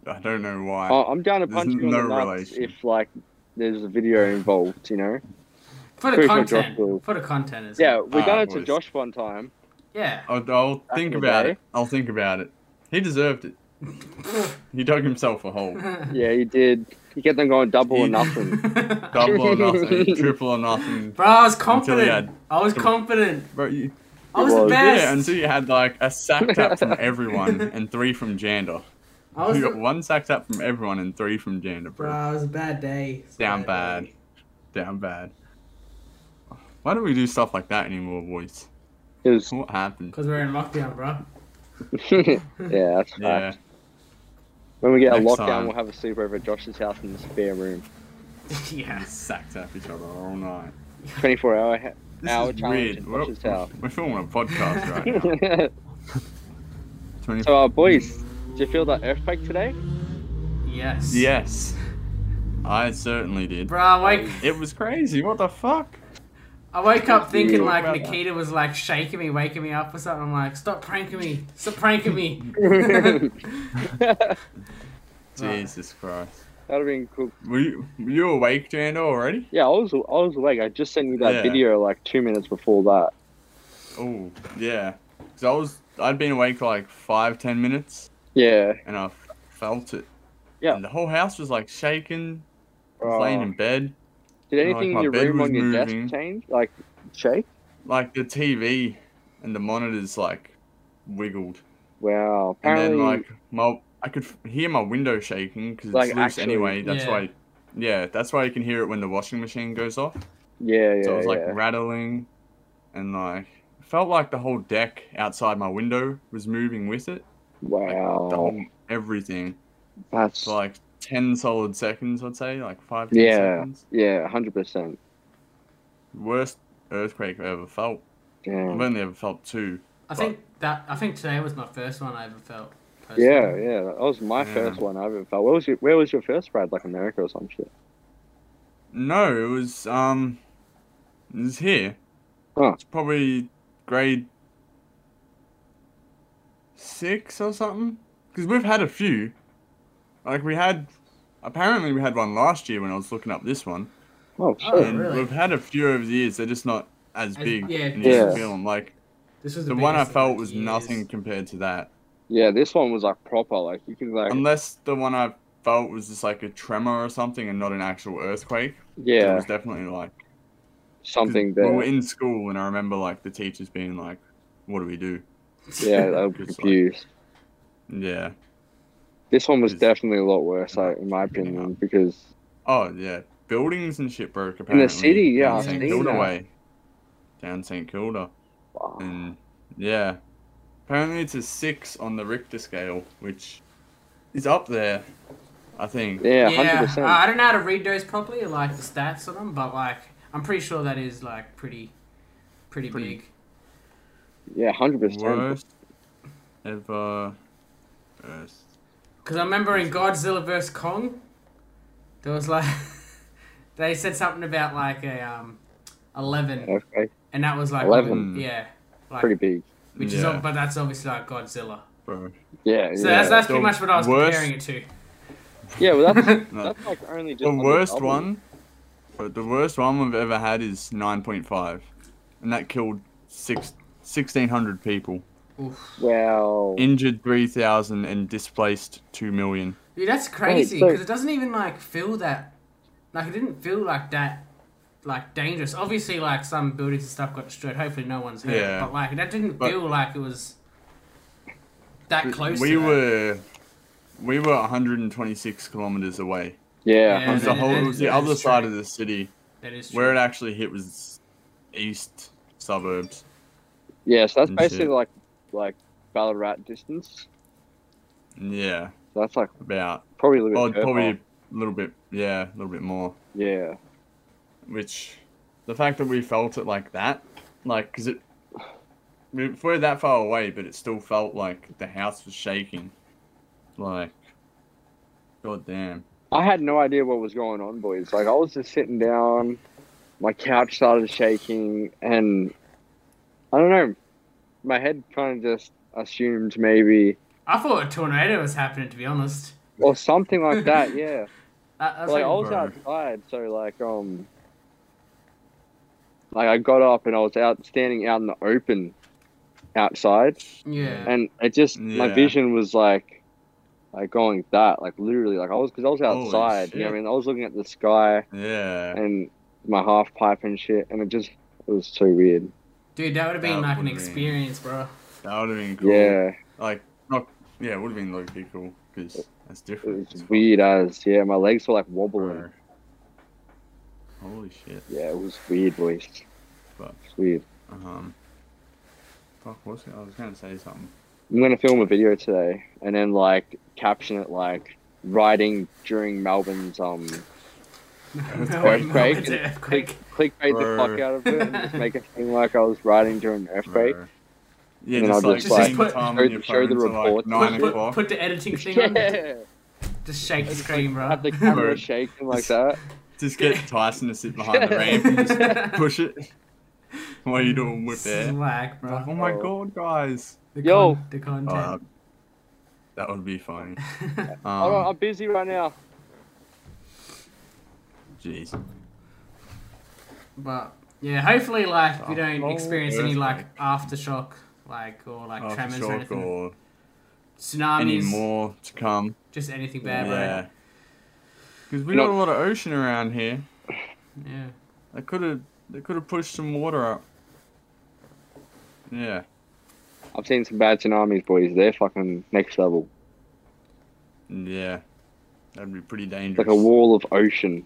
Speaker 1: I don't know why.
Speaker 3: Oh, I'm down to
Speaker 1: There's
Speaker 3: punch you in the
Speaker 1: no
Speaker 3: nuts
Speaker 1: relation.
Speaker 3: if like there's a video involved. You know.
Speaker 2: For the
Speaker 3: Pretty sure Josh will.
Speaker 2: content. For the content is.
Speaker 3: Yeah, we
Speaker 1: Ah,
Speaker 3: done it to
Speaker 1: boys.
Speaker 3: Josh one time.
Speaker 2: Yeah.
Speaker 1: I'll, I'll
Speaker 3: Back
Speaker 1: think
Speaker 3: in the
Speaker 1: about
Speaker 3: day.
Speaker 1: it. I'll think about it. He deserved it. He dug himself a hole.
Speaker 3: Yeah, he did. He kept them going double or nothing.
Speaker 1: Double or nothing. Triple or nothing.
Speaker 2: Bro, I was
Speaker 1: he
Speaker 2: confident.
Speaker 1: had-
Speaker 2: I was confident.
Speaker 1: Bro, you,
Speaker 2: I was, the
Speaker 3: was.
Speaker 2: best.
Speaker 1: yeah, until you had like a sack tap from everyone and three from Jander.
Speaker 2: I was
Speaker 1: you got
Speaker 2: the-
Speaker 1: one sack tap from everyone and three from Jander, bro.
Speaker 2: Bro, it was a bad day. It was a
Speaker 1: Down bad.
Speaker 2: day.
Speaker 1: Damn bad. Why don't we do stuff like that anymore, boys?
Speaker 3: It was,
Speaker 1: What happened?
Speaker 2: Because we're in lockdown, bro.
Speaker 3: yeah, that's fact.
Speaker 1: Yeah.
Speaker 3: When we get a
Speaker 1: Next
Speaker 3: lockdown,
Speaker 1: time.
Speaker 3: we'll have a sleepover at Josh's house in the spare room.
Speaker 2: yeah.
Speaker 1: Sack tap each other all night.
Speaker 3: 24 hour ha-
Speaker 1: This
Speaker 3: hour
Speaker 1: is
Speaker 3: challenge.
Speaker 1: weird.
Speaker 3: at
Speaker 1: We're,
Speaker 3: Josh's house.
Speaker 1: we're filming a podcast right now. Twenty-
Speaker 3: so, uh, boys, did you feel that earthquake today?
Speaker 2: Yes.
Speaker 1: yes. I certainly did.
Speaker 2: Bro, I wake,
Speaker 1: It was crazy. What the fuck?
Speaker 2: I woke up thinking
Speaker 3: Yeah.
Speaker 2: like
Speaker 1: About that.
Speaker 2: Nikita was like shaking me, waking me up or something. I'm like, stop pranking me, stop pranking me.
Speaker 3: That'd
Speaker 1: Jesus Christ.
Speaker 3: have been cool.
Speaker 1: Were you, were you awake, Jander, already?
Speaker 3: Yeah, I was I was awake. I just sent you that
Speaker 1: Yeah.
Speaker 3: video like two minutes before that.
Speaker 1: Oh, yeah. Because I was, I'd been awake for like five, ten minutes,
Speaker 3: Yeah.
Speaker 1: and I f- felt it.
Speaker 3: Yeah.
Speaker 1: And the whole house was like shaking. I was
Speaker 3: Oh.
Speaker 1: laying in bed.
Speaker 3: Did
Speaker 1: like,
Speaker 3: anything
Speaker 1: my
Speaker 3: in your
Speaker 1: bed
Speaker 3: room
Speaker 1: was
Speaker 3: on your
Speaker 1: moving.
Speaker 3: desk change? Like shake?
Speaker 1: Like the TV and the monitors like wiggled,
Speaker 3: Wow.
Speaker 1: and
Speaker 3: Apparently,
Speaker 1: then like my, I could f- hear my window shaking because it's
Speaker 3: Like,
Speaker 1: loose
Speaker 3: actually-
Speaker 1: anyway. That's
Speaker 2: Yeah.
Speaker 1: why, yeah, that's why you can hear it when the washing machine goes off.
Speaker 3: yeah, yeah,
Speaker 1: so it was like
Speaker 3: yeah.
Speaker 1: rattling, and like it felt like the whole deck outside my window was moving with it. Like,
Speaker 3: wow.
Speaker 1: the whole everything.
Speaker 3: That's
Speaker 1: for like 10 solid seconds, I'd say, like 5 10
Speaker 3: Yeah.
Speaker 1: seconds.
Speaker 3: yeah, hundred percent.
Speaker 1: Worst earthquake I ever felt. I've
Speaker 3: Yeah,
Speaker 1: only ever felt two.
Speaker 2: I think that I think today was my first one I ever felt. personally.
Speaker 3: yeah, yeah. That was my
Speaker 1: Yeah.
Speaker 3: first one I ever felt. Where was your Where was your first ride? Like America or some shit?
Speaker 1: No, it was, um, it was here.
Speaker 3: Huh.
Speaker 1: It's probably grade six or something. Because we've had a few. Like, we had, Apparently, we had one last year when I was looking up this one.
Speaker 3: Oh,
Speaker 2: Oh,
Speaker 3: shit.
Speaker 1: and
Speaker 2: really?
Speaker 1: we've had a few over the years. They're just not as
Speaker 2: As-
Speaker 1: big.
Speaker 2: yeah,
Speaker 1: and you just
Speaker 3: Yeah.
Speaker 1: feel 'em. Like
Speaker 2: This was
Speaker 1: the one I
Speaker 2: biggest in,
Speaker 1: felt
Speaker 2: like,
Speaker 1: was
Speaker 2: years.
Speaker 1: nothing compared to that.
Speaker 3: Yeah, this one was like proper. Like you can like
Speaker 1: Unless the one I felt was just like a tremor or something and not an actual earthquake. It
Speaker 3: yeah
Speaker 1: was definitely like 'cause
Speaker 3: something
Speaker 1: We were
Speaker 3: there.
Speaker 1: in school, and I remember like the teachers being like, "What do we do?"
Speaker 3: Yeah, I'm
Speaker 1: It's like-
Speaker 3: confused.
Speaker 1: Yeah.
Speaker 3: This one was
Speaker 1: It's-
Speaker 3: definitely a lot worse, like, in my opinion, because
Speaker 1: Oh yeah, buildings and shit broke apparently.
Speaker 3: In the city, yeah,
Speaker 1: down
Speaker 2: I've
Speaker 1: St
Speaker 2: seen
Speaker 1: Kilda
Speaker 3: that.
Speaker 1: way, down St Kilda,
Speaker 3: wow,
Speaker 1: and yeah, apparently it's a six on the Richter scale, which is up there, I think.
Speaker 3: yeah, hundred
Speaker 2: Yeah, uh,
Speaker 3: percent.
Speaker 2: I don't know how to read those properly, like the stats on them, but like I'm pretty sure that is like pretty, pretty,
Speaker 1: Pretty-
Speaker 2: big.
Speaker 3: Yeah, hundred percent.
Speaker 1: Worst ever. Earth.
Speaker 2: Because I remember in Godzilla vs Kong, there was like they said something about like a um eleven,
Speaker 3: Okay,
Speaker 2: and that was like
Speaker 3: 11.
Speaker 2: yeah, like
Speaker 3: pretty big.
Speaker 2: which is
Speaker 1: yeah,
Speaker 2: ob- but that's obviously like Godzilla.
Speaker 1: bro.
Speaker 3: Yeah,
Speaker 2: So
Speaker 3: yeah.
Speaker 2: that's that's pretty
Speaker 1: The
Speaker 2: much what I was
Speaker 1: worst-
Speaker 2: comparing it to.
Speaker 3: yeah, well, that's,
Speaker 1: No.
Speaker 3: that's like only just
Speaker 1: The
Speaker 3: on
Speaker 1: worst
Speaker 3: double.
Speaker 1: one, but the worst one we've ever had is nine point five, and that killed six. 1600 people
Speaker 2: Oof.
Speaker 3: Wow.
Speaker 1: injured 3000 and displaced 2 million
Speaker 2: Dude, that's crazy
Speaker 3: so-
Speaker 2: because it doesn't even like feel that, like it didn't feel like that, like dangerous. Obviously, like some buildings and stuff got destroyed. Hopefully, no one's hurt.
Speaker 1: Yeah.
Speaker 2: But like that didn't
Speaker 1: But-
Speaker 2: feel like it was that close.
Speaker 1: we
Speaker 2: to that.
Speaker 1: were we were 126 kilometers away
Speaker 3: yeah,
Speaker 1: it was
Speaker 2: that-
Speaker 1: the whole
Speaker 3: hundred.
Speaker 2: that-
Speaker 1: it was the
Speaker 2: that
Speaker 1: other
Speaker 2: is
Speaker 1: side
Speaker 2: true.
Speaker 1: of the city
Speaker 2: That is true.
Speaker 1: where it actually hit was east suburbs
Speaker 3: yeah. So that's
Speaker 1: and
Speaker 3: basically
Speaker 1: shit.
Speaker 3: like like Ballarat distance.
Speaker 1: yeah
Speaker 3: So that's like
Speaker 1: about
Speaker 3: probably a little
Speaker 1: oh
Speaker 3: bit. purple.
Speaker 1: probably a little bit yeah a little bit more
Speaker 3: Yeah.
Speaker 1: which the fact that we felt it like that like because it we we're that far away but it still felt like the house was shaking like god damn
Speaker 3: I had no idea what was going on, boys. Like I was just sitting down, my couch started shaking, and I don't know, my head kind of just assumed maybe
Speaker 2: I thought a tornado was happening. To be honest,
Speaker 3: or something like that. Yeah,
Speaker 2: that, that's
Speaker 3: like I
Speaker 2: like-
Speaker 3: was
Speaker 1: Bro.
Speaker 3: outside, so like um, like I got up and I was out standing out in the open, outside,
Speaker 2: yeah.
Speaker 3: and it just my
Speaker 1: Yeah.
Speaker 3: vision was like. Like going that, like literally, like I was, because I was
Speaker 1: Holy
Speaker 3: outside. You know what I
Speaker 1: shit.
Speaker 3: mean? I was looking at the sky.
Speaker 1: yeah
Speaker 3: and my half pipe and shit, and it just it was so weird.
Speaker 2: Dude, that would have been
Speaker 1: That
Speaker 2: like an
Speaker 1: would've been-
Speaker 2: experience, bro.
Speaker 1: That would have been cool.
Speaker 3: Yeah,
Speaker 1: Like, not, yeah, it would have been low key cool because that's
Speaker 3: it
Speaker 1: different.
Speaker 3: was weird as yeah. My legs were like wobbling.
Speaker 1: Bro. Holy shit.
Speaker 3: Yeah, it was weird, boys.
Speaker 1: But-
Speaker 3: It's weird.
Speaker 1: Um, fuck, what's, I was going to say something.
Speaker 3: I'm gonna film a video today and then like caption it like riding during Melbourne's um
Speaker 2: Melbourne-
Speaker 3: quake.
Speaker 2: Melbourne's earthquake.
Speaker 3: click clickbait the
Speaker 1: Bro.
Speaker 3: fuck out of it and just make it seem like I was riding during an earthquake.
Speaker 1: Bro. Yeah,
Speaker 3: And
Speaker 1: just
Speaker 3: I'll
Speaker 1: like
Speaker 3: just,
Speaker 1: just
Speaker 2: like,
Speaker 1: seeing
Speaker 2: put-
Speaker 1: the time
Speaker 3: show-
Speaker 1: on your
Speaker 3: show
Speaker 1: phone
Speaker 3: the
Speaker 1: to like
Speaker 3: reports.
Speaker 1: nine
Speaker 2: Put, put,
Speaker 1: o'clock.
Speaker 2: put the editing thing on.
Speaker 3: Yeah,
Speaker 2: Just shake
Speaker 3: It's
Speaker 2: screen, bro.
Speaker 3: have the camera shaking like that.
Speaker 1: Just get Tyson to sit behind the ramp and just push it while you're doing whip air.
Speaker 2: Slack, bro.
Speaker 1: Like, oh my god, guys.
Speaker 2: The
Speaker 3: Yo.
Speaker 2: con- the content.
Speaker 1: Uh, that would be funny.
Speaker 3: Hold on,
Speaker 1: Um,
Speaker 3: I'm busy right now.
Speaker 1: jeez.
Speaker 2: but yeah, hopefully, like we
Speaker 1: Oh,
Speaker 2: don't
Speaker 1: oh,
Speaker 2: experience any like
Speaker 1: earthquake.
Speaker 2: aftershock, like or
Speaker 1: Oh,
Speaker 2: like tremors
Speaker 1: Aftershock
Speaker 2: or anything.
Speaker 1: or
Speaker 2: Tsunamis,
Speaker 1: any more to come.
Speaker 2: just anything bad,
Speaker 1: Yeah. Because we
Speaker 3: You know-
Speaker 1: got a lot of ocean around here.
Speaker 2: bro. Yeah.
Speaker 1: They could have they could have pushed some water up. Yeah,
Speaker 3: I've seen some bad tsunamis, boys. They're fucking next level.
Speaker 1: yeah, that'd be pretty
Speaker 3: It's
Speaker 1: dangerous.
Speaker 3: like a wall of ocean.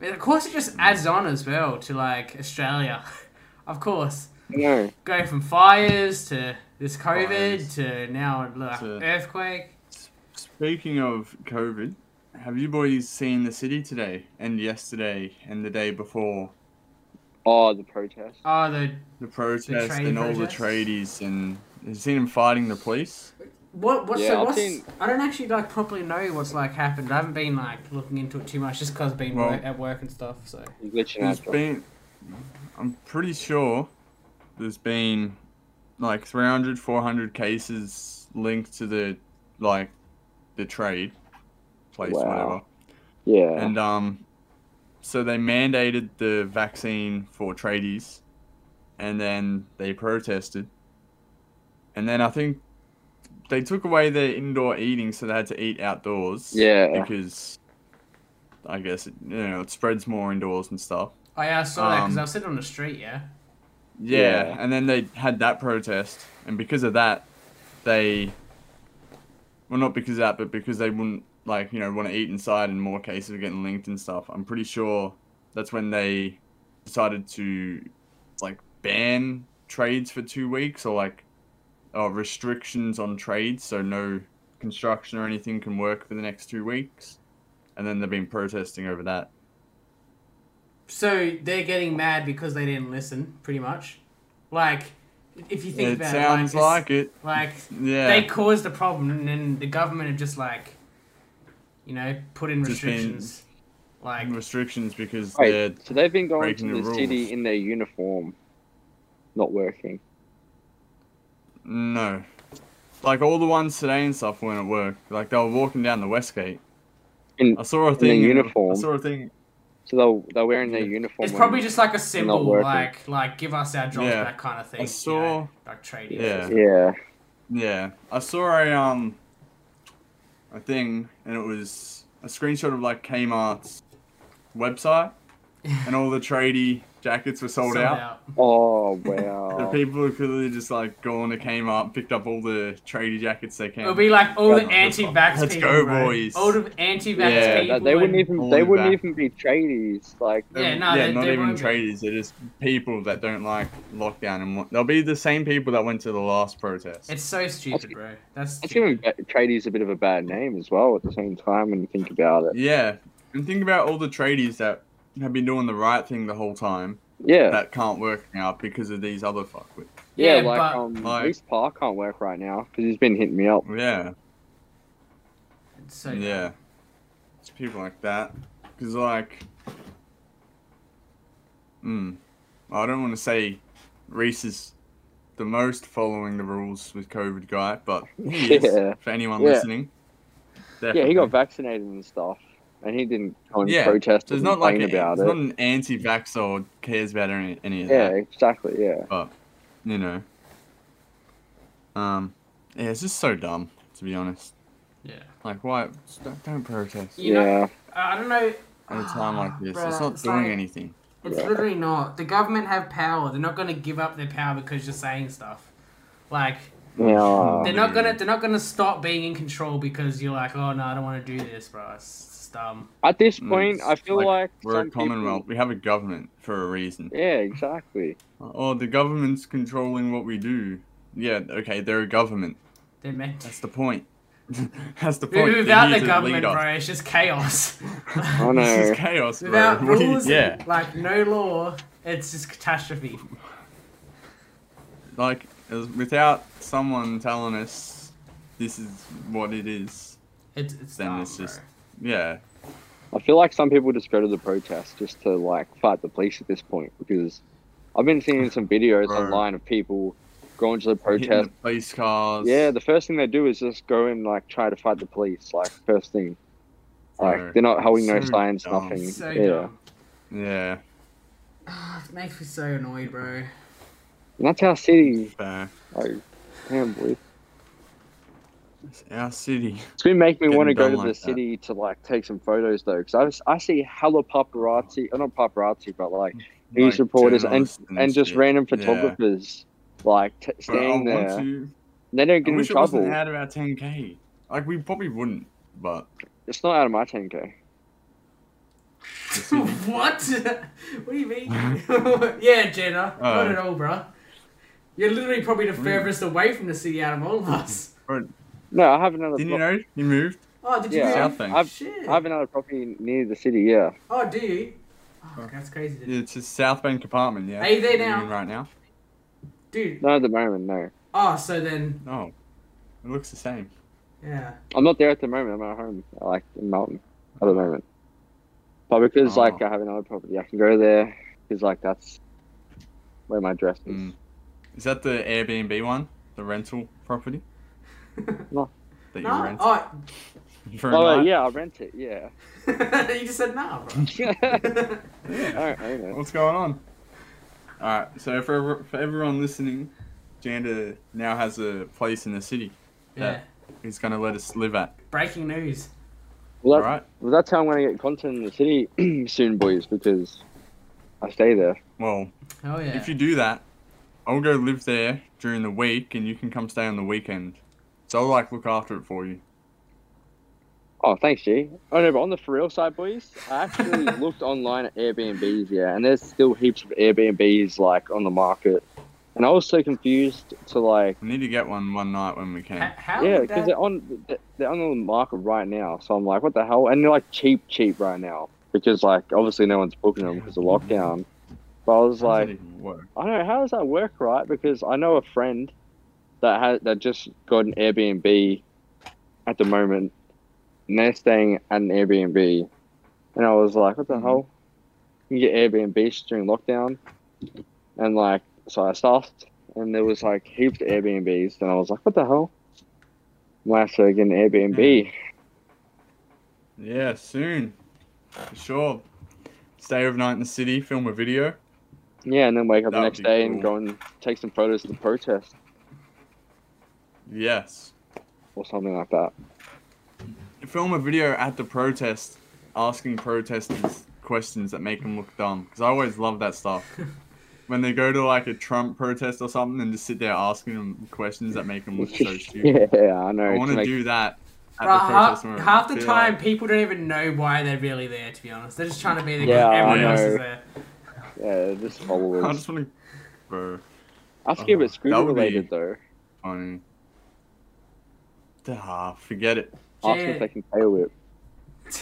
Speaker 2: And of course, it just adds on as well to like Australia. of course,
Speaker 3: No,
Speaker 2: go from fires to this COVID
Speaker 1: Fires.
Speaker 2: to now like
Speaker 1: To-
Speaker 2: earthquake.
Speaker 1: Speaking of COVID, have you boys seen the city today and yesterday and the day before
Speaker 3: oh, the protest.
Speaker 2: Oh, the
Speaker 1: the protests
Speaker 2: trade
Speaker 1: and all the
Speaker 2: protests?
Speaker 1: tradies and have you seen them fighting the police?
Speaker 2: What what's
Speaker 3: Yeah,
Speaker 2: so
Speaker 3: I've
Speaker 2: what's
Speaker 3: seen-
Speaker 2: I don't actually like properly know what's like happened. I haven't been like looking into it too much just 'cause I've been
Speaker 1: Well-
Speaker 2: wor- at work and stuff. So
Speaker 3: He's glitching
Speaker 1: There's
Speaker 3: out.
Speaker 1: been, I'm pretty sure, there's been like 300, 400 cases linked to the like the trade, place,
Speaker 3: Wow.
Speaker 1: whatever.
Speaker 3: Yeah.
Speaker 1: And um, so they mandated the vaccine for tradies, and then they protested. And then I think they took away their indoor eating, so they had to eat outdoors.
Speaker 3: yeah.
Speaker 1: Because I guess it, you know it spreads more indoors and stuff.
Speaker 2: Oh yeah, I saw that because
Speaker 1: Um,
Speaker 2: I was sitting on the street. Yeah.
Speaker 1: Yeah,
Speaker 3: Yeah.
Speaker 1: and then they had that protest, and because of that, they well, not because of that, but because they wouldn't like you know want to eat inside, and more cases were getting linked and stuff. I'm pretty sure that's when they decided to like ban trades for two weeks or like uh, restrictions on trades, so no construction or anything can work for the next two weeks, and then they've been protesting over that.
Speaker 2: So they're getting mad because they didn't listen, pretty much. Like, if you think
Speaker 1: It
Speaker 2: about
Speaker 1: sounds
Speaker 2: it, like,
Speaker 1: like it.
Speaker 2: it's- like
Speaker 1: Yeah.
Speaker 2: they caused the problem, and then the government have just like, you know, put in
Speaker 1: Just been-
Speaker 2: restrictions. Like,
Speaker 1: restrictions because
Speaker 3: Wait,
Speaker 1: they're
Speaker 3: so they've been going
Speaker 1: breaking
Speaker 3: to
Speaker 1: the
Speaker 3: the, city
Speaker 1: rules.
Speaker 3: in their uniform, not working.
Speaker 1: no, like all the ones today and stuff weren't at work. Like they were walking down the Westgate.
Speaker 3: In-
Speaker 1: I saw a
Speaker 3: their
Speaker 1: thing.
Speaker 3: uniform.
Speaker 1: I saw a thing.
Speaker 3: So they'll they're wearing their
Speaker 1: Yeah.
Speaker 3: uniform.
Speaker 2: it's
Speaker 3: when-
Speaker 2: probably just like a symbol,
Speaker 3: working.
Speaker 2: like like give us our jobs
Speaker 1: Yeah.
Speaker 2: back kind of thing. you know,
Speaker 1: saw-
Speaker 2: like trading.
Speaker 1: Yeah,
Speaker 3: yeah.
Speaker 1: yeah. I saw a um a thing, and it was a screenshot of like Kmart's website, and all the tradie jackets were sold, out.
Speaker 3: Oh
Speaker 1: The
Speaker 3: wow.
Speaker 1: people who could have just like gone to Kmart, picked up all the tradie jackets they can.
Speaker 2: It'll be like all the
Speaker 1: Yeah.
Speaker 2: anti-vax
Speaker 1: Let's
Speaker 2: people.
Speaker 1: go,
Speaker 2: bro.
Speaker 1: boys.
Speaker 2: All the anti-vax
Speaker 1: Yeah,
Speaker 2: people.
Speaker 3: They- they wouldn't
Speaker 2: and-
Speaker 3: even
Speaker 1: all
Speaker 3: they
Speaker 1: in
Speaker 3: wouldn't
Speaker 1: back.
Speaker 3: even be tradies. Like
Speaker 1: They
Speaker 2: Yeah,
Speaker 1: won't-
Speaker 2: no,
Speaker 1: Um, yeah,
Speaker 2: they-
Speaker 1: not
Speaker 2: they
Speaker 1: even
Speaker 2: won't be.
Speaker 1: tradies. They're just people that don't like lockdown, and want- they'll be the same people that went to the last protest.
Speaker 2: It's so stupid, bro. That's
Speaker 3: that's
Speaker 2: stupid.
Speaker 3: even ba- tradies a bit of a bad name as well. At the same time, when you think about it.
Speaker 1: yeah, and think about all the tradies that have been doing the right thing the whole time
Speaker 3: Yeah.
Speaker 1: that can't work now because of these other fuckwits.
Speaker 3: yeah,
Speaker 2: Yeah,
Speaker 3: Like
Speaker 2: but-
Speaker 3: um,
Speaker 1: Like-
Speaker 3: Reese Park can't work right now because he's been hitting me up.
Speaker 1: Yeah,
Speaker 2: It's so
Speaker 1: yeah, it's people like that. Because like, mm, I don't want to say Reese is the most following the rules with COVID guy, but he is
Speaker 3: Yeah.
Speaker 1: for anyone
Speaker 3: Yeah.
Speaker 1: listening.
Speaker 3: Yeah, he
Speaker 1: Definitely.
Speaker 3: got vaccinated and stuff, and he didn't come and
Speaker 1: Yeah,
Speaker 3: protest
Speaker 1: So
Speaker 3: and
Speaker 1: it's not like
Speaker 3: complain
Speaker 1: a,
Speaker 3: about
Speaker 1: it's
Speaker 3: it.
Speaker 1: not an anti-vax or cares about any, any of
Speaker 3: yeah,
Speaker 1: that.
Speaker 3: exactly. Yeah.
Speaker 1: You know. Um, yeah, it's just so dumb to be honest.
Speaker 2: Yeah.
Speaker 1: Like, why just don't, don't protest
Speaker 2: You
Speaker 3: yeah.
Speaker 2: know- I I don't know.
Speaker 1: at a time like this?
Speaker 2: Bruh,
Speaker 1: it's not
Speaker 2: it's
Speaker 1: doing
Speaker 2: like-
Speaker 1: anything.
Speaker 2: It's
Speaker 3: Yeah.
Speaker 2: literally not. The government have power. They're not gonna give up their power because you're saying stuff. Like
Speaker 3: Yeah.
Speaker 2: they're not gonna they're not gonna stop being in control because you're like, oh no, I don't want to do this, bro. It's, it's dumb.
Speaker 3: At this
Speaker 1: Mm,
Speaker 3: point, I feel
Speaker 1: like,
Speaker 3: like,
Speaker 1: We're a
Speaker 3: some people-
Speaker 1: commonwealth. We have a government for a reason.
Speaker 3: Yeah, exactly.
Speaker 1: Oh, the government's controlling what we do. Yeah, okay, they're a government.
Speaker 2: They're meant. To.
Speaker 1: That's the point. That's the point. They're
Speaker 2: Without
Speaker 1: here to lead
Speaker 2: the government,
Speaker 1: us.
Speaker 2: bro, it's just chaos.
Speaker 3: I know.
Speaker 1: This is chaos, bro.
Speaker 2: Without
Speaker 1: What do you-
Speaker 2: rules,
Speaker 1: yeah.
Speaker 2: like no law, it's just catastrophe.
Speaker 1: like as- without someone telling us this is what it is
Speaker 2: It's it's
Speaker 1: Then
Speaker 2: dumb,
Speaker 1: it's just-
Speaker 2: bro.
Speaker 1: yeah
Speaker 3: I feel like some people just go to the protest just to like fight the police at this point because I've been seeing some videos
Speaker 1: Bro.
Speaker 3: online of people going to the
Speaker 1: hitting
Speaker 3: protest.
Speaker 1: the police cars
Speaker 3: Yeah, the first thing they do is just go and like try to fight the police. Like first thing,
Speaker 1: Bro,
Speaker 3: like they're not holding no
Speaker 1: so
Speaker 3: signs,
Speaker 1: dumb.
Speaker 3: nothing.
Speaker 2: So
Speaker 3: yeah,
Speaker 2: dumb. Ah,
Speaker 1: yeah
Speaker 2: It makes me so annoyed, bro.
Speaker 3: and that's our city.
Speaker 1: fair.
Speaker 3: Like, damn, boy.
Speaker 1: it's our city
Speaker 3: It's been making me
Speaker 1: Getting
Speaker 3: want to go
Speaker 1: done
Speaker 3: to
Speaker 1: like
Speaker 3: the
Speaker 1: that.
Speaker 3: city to like take some photos though, because I, just- I see hella paparazzi, or not paparazzi, but like News reporters and-
Speaker 1: journalists
Speaker 3: and just
Speaker 1: shit.
Speaker 3: random
Speaker 1: Yeah.
Speaker 3: photographers like t-
Speaker 1: Bro, I
Speaker 3: staying
Speaker 1: want
Speaker 3: there.
Speaker 1: to-
Speaker 3: They don't
Speaker 1: I
Speaker 3: get in
Speaker 1: wish it wasn't
Speaker 3: trouble.
Speaker 1: out of our 10k like we probably wouldn't but
Speaker 3: It's not out of my 10k.
Speaker 1: the city-
Speaker 2: what? what do you mean? yeah, Jenna.
Speaker 1: Oh.
Speaker 2: Not at all, bro. You're literally probably the
Speaker 1: Really?
Speaker 2: furthest away from the city out of all of us.
Speaker 3: No, I have another.
Speaker 1: didn't you
Speaker 3: pro-
Speaker 1: know you moved
Speaker 2: Oh, did you
Speaker 3: Yeah,
Speaker 2: really?
Speaker 1: South Bank.
Speaker 3: I've-
Speaker 2: Shit.
Speaker 3: I have another property near the city. Yeah.
Speaker 2: Oh, do you? Oh, that's crazy. Dude.
Speaker 1: it's a south bank apartment yeah
Speaker 2: Are you there
Speaker 1: You're
Speaker 2: now?
Speaker 1: in right now
Speaker 2: dude.
Speaker 3: Not at the moment. No,
Speaker 2: Oh, so then,
Speaker 1: no it looks the same
Speaker 2: yeah.
Speaker 3: I'm not there at the moment. I'm at home, like in Melton, at the moment. But because like
Speaker 1: Uh-huh. Oh.
Speaker 3: I have another property, I can go there. Because like that's where my address is.
Speaker 1: Mm. Is that the Airbnb one? The rental property?
Speaker 3: No.
Speaker 1: That you
Speaker 2: No?
Speaker 1: rent?
Speaker 2: Oh,
Speaker 1: for a
Speaker 3: Oh
Speaker 1: night.
Speaker 3: yeah, I'll rent it. Yeah,
Speaker 2: you just said no, bro.
Speaker 3: I
Speaker 1: Yeah.
Speaker 3: don't own it.
Speaker 1: What's going on? All right. So for for everyone listening, Janda now has a place in the city
Speaker 2: yeah.
Speaker 1: he's gonna let us live at.
Speaker 2: Breaking news.
Speaker 1: All
Speaker 3: Well, that's,
Speaker 1: right.
Speaker 3: well, that's how I'm gonna get content in the city soon, boys, because I stay there.
Speaker 1: Well,
Speaker 2: Oh yeah.
Speaker 1: if you do that, I'll go live there during the week, and you can come stay on the weekend. So I'll like look after it for you.
Speaker 3: Oh, thanks, G. Oh no, but on the for real side, boys, I actually looked online at Airbnbs, yeah, and there's still heaps of Airbnbs like on the market, and I was so confused to like,
Speaker 1: We need to get one one night when we can.
Speaker 2: H- how
Speaker 3: yeah,
Speaker 2: would
Speaker 3: because
Speaker 2: that?
Speaker 3: they're on they're- they're on the market right now, so I'm like, what the hell? And they're like cheap, cheap right now because like obviously no one's booking them because of lockdown. But I
Speaker 1: How does
Speaker 3: was
Speaker 1: that
Speaker 3: like,
Speaker 1: even work?
Speaker 3: I don't know how does that work, right? Because I know a friend that has that just got an Airbnb at the moment, and they're staying at an Airbnb, and I was like, what the
Speaker 1: Mhm.
Speaker 3: hell? You get Airbnbs during lockdown, and like, so I started, and there was like heaps of Airbnbs, and I was like, what the hell? Why should I get an Airbnb?
Speaker 1: Yeah, soon, for sure. Stay overnight in the city, film a video.
Speaker 3: Yeah, and then wake up
Speaker 1: That
Speaker 3: the
Speaker 1: would
Speaker 3: next
Speaker 1: be
Speaker 3: day
Speaker 1: cool.
Speaker 3: and go and take some photos of the protest
Speaker 1: Yes,
Speaker 3: or something like that.
Speaker 1: film a video at the protest, asking protesters questions that make them look dumb. Because I always love that stuff. when they go to like a Trump protest or something and just sit there asking them questions that make them look so stupid.
Speaker 3: yeah, I know.
Speaker 1: I
Speaker 3: to
Speaker 1: want to
Speaker 3: make-
Speaker 1: do that at
Speaker 2: Bro,
Speaker 1: the protest.
Speaker 2: half,
Speaker 1: when we
Speaker 2: half the
Speaker 1: feel
Speaker 2: time,
Speaker 1: like-
Speaker 2: people don't even know why they're really there. To be honest, they're just trying to be there
Speaker 3: Yeah,
Speaker 2: because
Speaker 3: I
Speaker 2: everyone else
Speaker 3: know.
Speaker 2: is there.
Speaker 3: Yeah, just
Speaker 1: I
Speaker 3: followers.
Speaker 1: just want to. Bro,
Speaker 3: I skip
Speaker 1: Uh,
Speaker 3: it scooter
Speaker 1: that would be-
Speaker 3: related though.
Speaker 1: funny. Ah, forget it.
Speaker 3: Ask if they can tail whip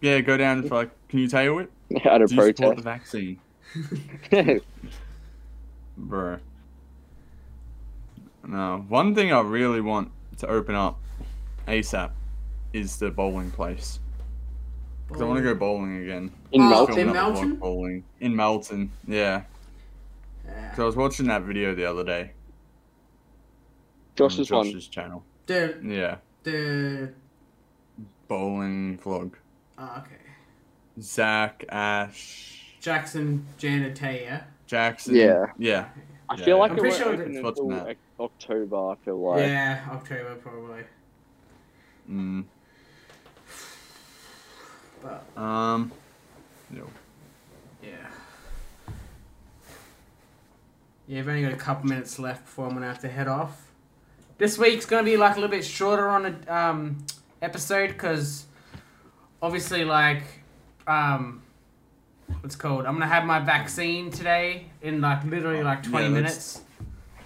Speaker 1: Yeah, go down for like, can you tail it?
Speaker 3: at a
Speaker 1: Do you support the
Speaker 3: protest.
Speaker 1: vaccine? Bro. No, one thing I really want to open up ASAP is the bowling place. Because I want to go bowling again.
Speaker 3: In
Speaker 2: Oh,
Speaker 3: Melbourne.
Speaker 1: Film
Speaker 2: in
Speaker 1: another vlog
Speaker 2: Melton?
Speaker 1: Bowling. In Melton, yeah.
Speaker 2: Yeah.
Speaker 1: Because I was watching that video the other day.
Speaker 3: Josh's
Speaker 1: on
Speaker 3: one.
Speaker 1: Josh's channel.
Speaker 2: Dude,
Speaker 1: Yeah.
Speaker 2: dude.
Speaker 1: Bowling vlog.
Speaker 2: Oh, okay.
Speaker 1: Zach, Ash,
Speaker 2: Jackson, Janet, Taya.
Speaker 1: Jackson.
Speaker 3: Yeah.
Speaker 1: Yeah.
Speaker 3: I
Speaker 1: Yeah,
Speaker 3: feel like
Speaker 2: I'm
Speaker 3: it
Speaker 2: pretty
Speaker 3: won't
Speaker 2: sure
Speaker 3: open
Speaker 1: it's what's
Speaker 3: until
Speaker 1: in that.
Speaker 3: Oc- October. I feel like
Speaker 2: Yeah, October probably.
Speaker 1: Mm.
Speaker 2: But
Speaker 1: Um. No.
Speaker 2: yeah. Yeah, we've only got a couple minutes left before I'm gonna have to head off. This week's gonna be like a little bit shorter on a um episode because obviously like um what's it called I'm gonna have my vaccine today in like literally like 20
Speaker 1: Yeah,
Speaker 2: minutes.
Speaker 1: that's-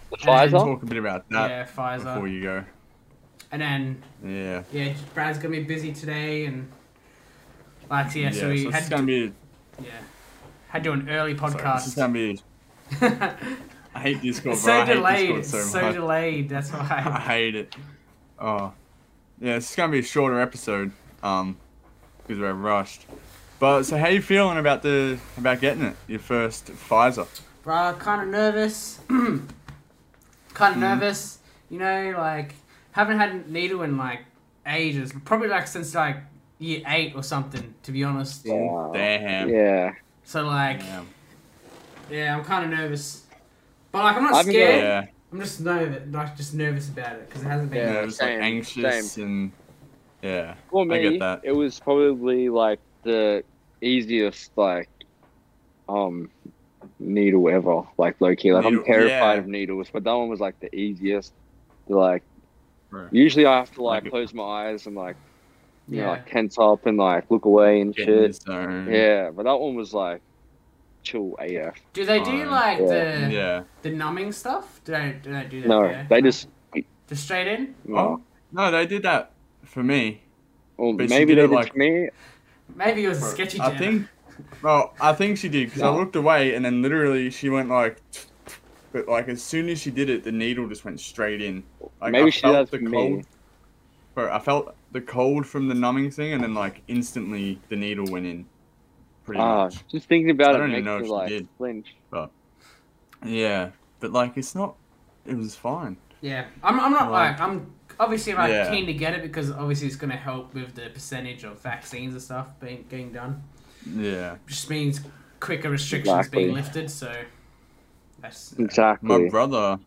Speaker 3: the
Speaker 2: And-
Speaker 3: Pfizer.
Speaker 1: Talk a bit about that
Speaker 2: yeah,
Speaker 1: before
Speaker 2: Pfizer.
Speaker 1: you go.
Speaker 2: And then
Speaker 1: Yeah.
Speaker 2: yeah, Brad's gonna be busy today and like yeah, so we
Speaker 1: so
Speaker 2: had
Speaker 1: it's gonna be.
Speaker 2: Yeah. Had to do an early
Speaker 1: Sorry, um, this is
Speaker 2: podcast.
Speaker 1: gonna be. I hate Discord.
Speaker 2: it's
Speaker 1: bro. I
Speaker 2: so
Speaker 1: hate
Speaker 2: delayed.
Speaker 1: Discord
Speaker 2: It's so,
Speaker 1: much.
Speaker 2: delayed. That's
Speaker 1: I
Speaker 2: why.
Speaker 1: hate it. Oh, yeah. It's gonna be a shorter episode, um, because we're rushed. But so, how you feeling about the about getting it? Your first Pfizer.
Speaker 2: Bruh, kind of nervous. kind of
Speaker 1: Hmm.
Speaker 2: nervous. You know, like, haven't had a needle in, like, ages. Probably, like, since, like, year eight or something, to be honest.
Speaker 3: Wow.
Speaker 1: Damn.
Speaker 3: Yeah.
Speaker 2: So, like, yeah,
Speaker 1: Yeah.
Speaker 2: I'm kind of nervous. But, like, I'm not
Speaker 3: I've been
Speaker 2: scared.
Speaker 1: Yeah.
Speaker 2: I'm just nervous, like, just nervous about it because it hasn't been.
Speaker 1: yeah,
Speaker 3: Yeah,
Speaker 1: it was like
Speaker 3: same,
Speaker 1: anxious and yeah.
Speaker 3: For
Speaker 1: I get
Speaker 3: me,
Speaker 1: that.
Speaker 3: it was probably like the easiest like um needle ever. Like low key, like
Speaker 1: Needle-
Speaker 3: I'm terrified
Speaker 1: yeah.
Speaker 3: of needles, but that one was like the easiest. Like
Speaker 1: Right.
Speaker 3: usually I have to like
Speaker 1: Like-
Speaker 3: close my eyes and like you know,
Speaker 2: Yeah.
Speaker 3: like tense up and like look away and
Speaker 1: Get in the
Speaker 3: shit.
Speaker 1: zone.
Speaker 3: Yeah, but that one was like chill AF.
Speaker 2: Do they do,
Speaker 1: Fine.
Speaker 2: like, the
Speaker 1: Yeah.
Speaker 2: the numbing stuff? Do they, do they do that?
Speaker 3: No,
Speaker 2: there?
Speaker 3: they just
Speaker 2: Just straight in?
Speaker 1: Oh.
Speaker 3: no.
Speaker 1: No, they did that for me.
Speaker 3: Well,
Speaker 1: But she
Speaker 3: maybe
Speaker 1: did
Speaker 3: they
Speaker 1: it,
Speaker 3: did
Speaker 1: like-
Speaker 3: to me.
Speaker 2: Maybe it was a
Speaker 1: for-
Speaker 2: sketchy
Speaker 1: I
Speaker 2: jam.
Speaker 1: think. Well, I think she did because I
Speaker 3: No.
Speaker 1: looked away and then literally she went like, but like as soon as she did it, the needle just went straight in. Like,
Speaker 3: Maybe she did
Speaker 1: felt
Speaker 3: that
Speaker 1: the
Speaker 3: for me.
Speaker 1: cold. Bro, I felt the cold from the numbing thing, and then like instantly the needle went in. Pretty
Speaker 3: Ah,
Speaker 1: much.
Speaker 3: just thinking
Speaker 1: I
Speaker 3: about it
Speaker 1: don't even
Speaker 3: makes
Speaker 1: know
Speaker 3: me
Speaker 1: if she
Speaker 3: like
Speaker 1: did.
Speaker 3: flinch.
Speaker 1: Yeah, but like it's not. It was fine.
Speaker 2: Yeah, I'm, I'm not
Speaker 1: Like-
Speaker 2: like I'm obviously I'm like,
Speaker 1: Yeah.
Speaker 2: keen to get it because obviously it's going to help with the percentage of vaccines and stuff being getting done,
Speaker 1: Yeah.
Speaker 2: which means quicker restrictions
Speaker 3: Exactly. Hmm.
Speaker 2: being lifted. So that's
Speaker 3: Exactly.
Speaker 1: My brother,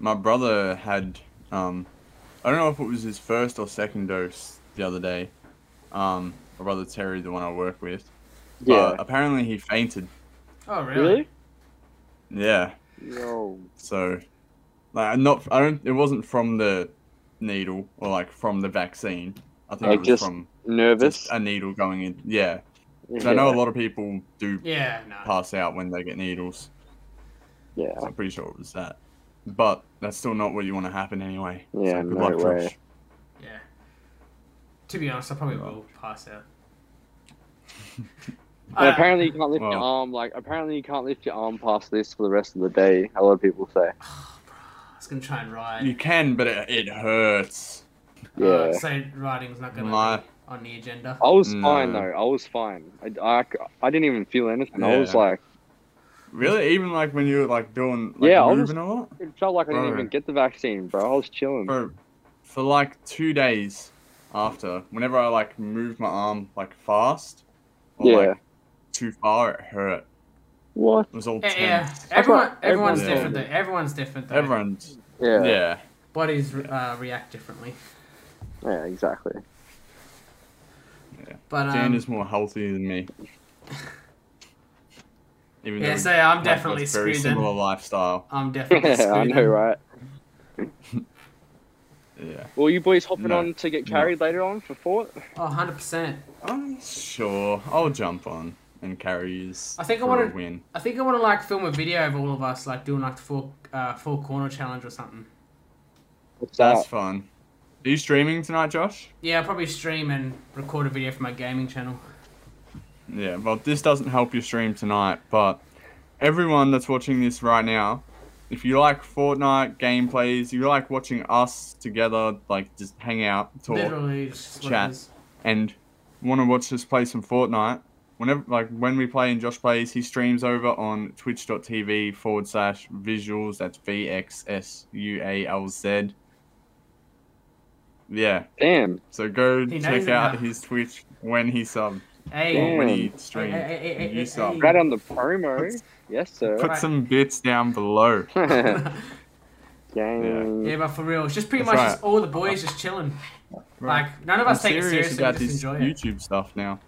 Speaker 1: my brother had, um, I don't know if it was his first or second dose the other day. Um, my brother Terry, the one I work with.
Speaker 3: yeah.
Speaker 1: But apparently he fainted.
Speaker 2: oh really?
Speaker 3: really?
Speaker 1: Yeah.
Speaker 3: No.
Speaker 1: So, like, I'm not, I don't, it wasn't from the needle or like from the vaccine. I think
Speaker 3: Like,
Speaker 1: it was
Speaker 3: Oh, just
Speaker 1: from
Speaker 3: Nervous.
Speaker 1: just a needle going in. Yeah. 'Cause
Speaker 3: yeah.
Speaker 1: I know a lot of people do
Speaker 2: Yeah, no.
Speaker 1: pass out when they get needles.
Speaker 3: Yeah.
Speaker 1: So I'm pretty sure it was that. But that's still not what you want to happen anyway.
Speaker 3: Yeah,
Speaker 1: so
Speaker 3: no
Speaker 1: Josh.
Speaker 3: way.
Speaker 2: Yeah. To be honest, I probably
Speaker 1: Well.
Speaker 2: will pass out.
Speaker 3: And
Speaker 2: Uh,
Speaker 3: apparently you can't lift your
Speaker 1: Well.
Speaker 3: arm. Like apparently you can't lift your arm past this for the rest of the day. A lot of people say.
Speaker 2: I was gonna try and ride.
Speaker 1: You can, but it, it hurts.
Speaker 3: Yeah. Oh.
Speaker 2: Uh, so riding's not gonna
Speaker 1: My-
Speaker 2: be on the agenda.
Speaker 3: I was
Speaker 1: No.
Speaker 3: fine though. I was fine. I, I, I didn't even feel anything. I was
Speaker 1: Yeah.
Speaker 3: like,
Speaker 1: Really? Even like when you're like doing like
Speaker 3: Yeah, I was-
Speaker 1: moving a lot?
Speaker 3: it felt like I didn't
Speaker 1: Bro.
Speaker 3: even get the vaccine, bro. I was chilling.
Speaker 1: For for like two days after, whenever I like move my arm like fast or
Speaker 3: yeah.
Speaker 1: like too far, it hurt.
Speaker 3: what?
Speaker 1: It was all
Speaker 2: Yeah,
Speaker 1: tense.
Speaker 2: yeah.
Speaker 3: I
Speaker 2: Everyone,
Speaker 3: thought
Speaker 2: everyone's
Speaker 1: everyone-
Speaker 2: different though. Everyone's different though.
Speaker 1: Everyone's
Speaker 3: Yeah. Yeah.
Speaker 1: yeah.
Speaker 2: Bodies uh, react differently.
Speaker 3: exactly.
Speaker 2: But um,
Speaker 1: Dan is more healthy than me. Even
Speaker 2: yeah,
Speaker 1: we
Speaker 2: so I'm
Speaker 1: have, like,
Speaker 2: definitely
Speaker 1: very
Speaker 2: screwed
Speaker 1: similar
Speaker 2: then.
Speaker 1: lifestyle.
Speaker 2: I'm definitely
Speaker 3: Yeah,
Speaker 2: screwed.
Speaker 3: I know,
Speaker 2: then.
Speaker 3: right?
Speaker 1: Yeah.
Speaker 3: Well, you boys hopping
Speaker 1: No.
Speaker 3: on to get carried later on for Fort?
Speaker 2: Oh, 100 percent.
Speaker 1: I'm sure I'll jump on and carry yous.
Speaker 2: I think I
Speaker 1: for
Speaker 2: wanna-
Speaker 1: a win.
Speaker 2: I think I want to like film a video of all of us like doing like the four uh, four corner challenge or something.
Speaker 3: What's
Speaker 1: That's
Speaker 3: that?
Speaker 1: fun. Are you streaming tonight, Josh?
Speaker 2: Yeah, I'll probably stream and record a video for my gaming channel.
Speaker 1: Yeah. Well, this doesn't help your stream tonight, but everyone that's watching this right now, if you like Fortnite gameplays, you like watching us together, like just hang out, talk,
Speaker 2: Literally, just what it
Speaker 1: Chat.
Speaker 2: is.
Speaker 1: and want to watch us play some Fortnite, whenever like when we play and Josh plays, he streams over on twitch.tv forward slash visuals. That's V X S U A L Z. Yeah.
Speaker 3: Damn.
Speaker 1: So go
Speaker 2: He knows
Speaker 1: check
Speaker 2: it
Speaker 1: out
Speaker 2: now.
Speaker 1: his Twitch when he sub
Speaker 2: Hey,
Speaker 1: or when he
Speaker 3: Damn.
Speaker 1: streams.
Speaker 2: Hey, hey, hey, hey,
Speaker 1: You
Speaker 2: hey,
Speaker 1: sub.
Speaker 2: hey.
Speaker 3: Right on the promo. Yes, sir.
Speaker 1: Put some bits down below.
Speaker 3: Gang.
Speaker 2: yeah, but for real, it's just pretty
Speaker 1: That's
Speaker 2: much
Speaker 1: right.
Speaker 2: just all the boys just chilling. Like none of us
Speaker 1: I'm
Speaker 2: take it
Speaker 1: serious
Speaker 2: seriously.
Speaker 1: about
Speaker 2: we just
Speaker 1: this
Speaker 2: enjoy it.
Speaker 1: YouTube stuff now.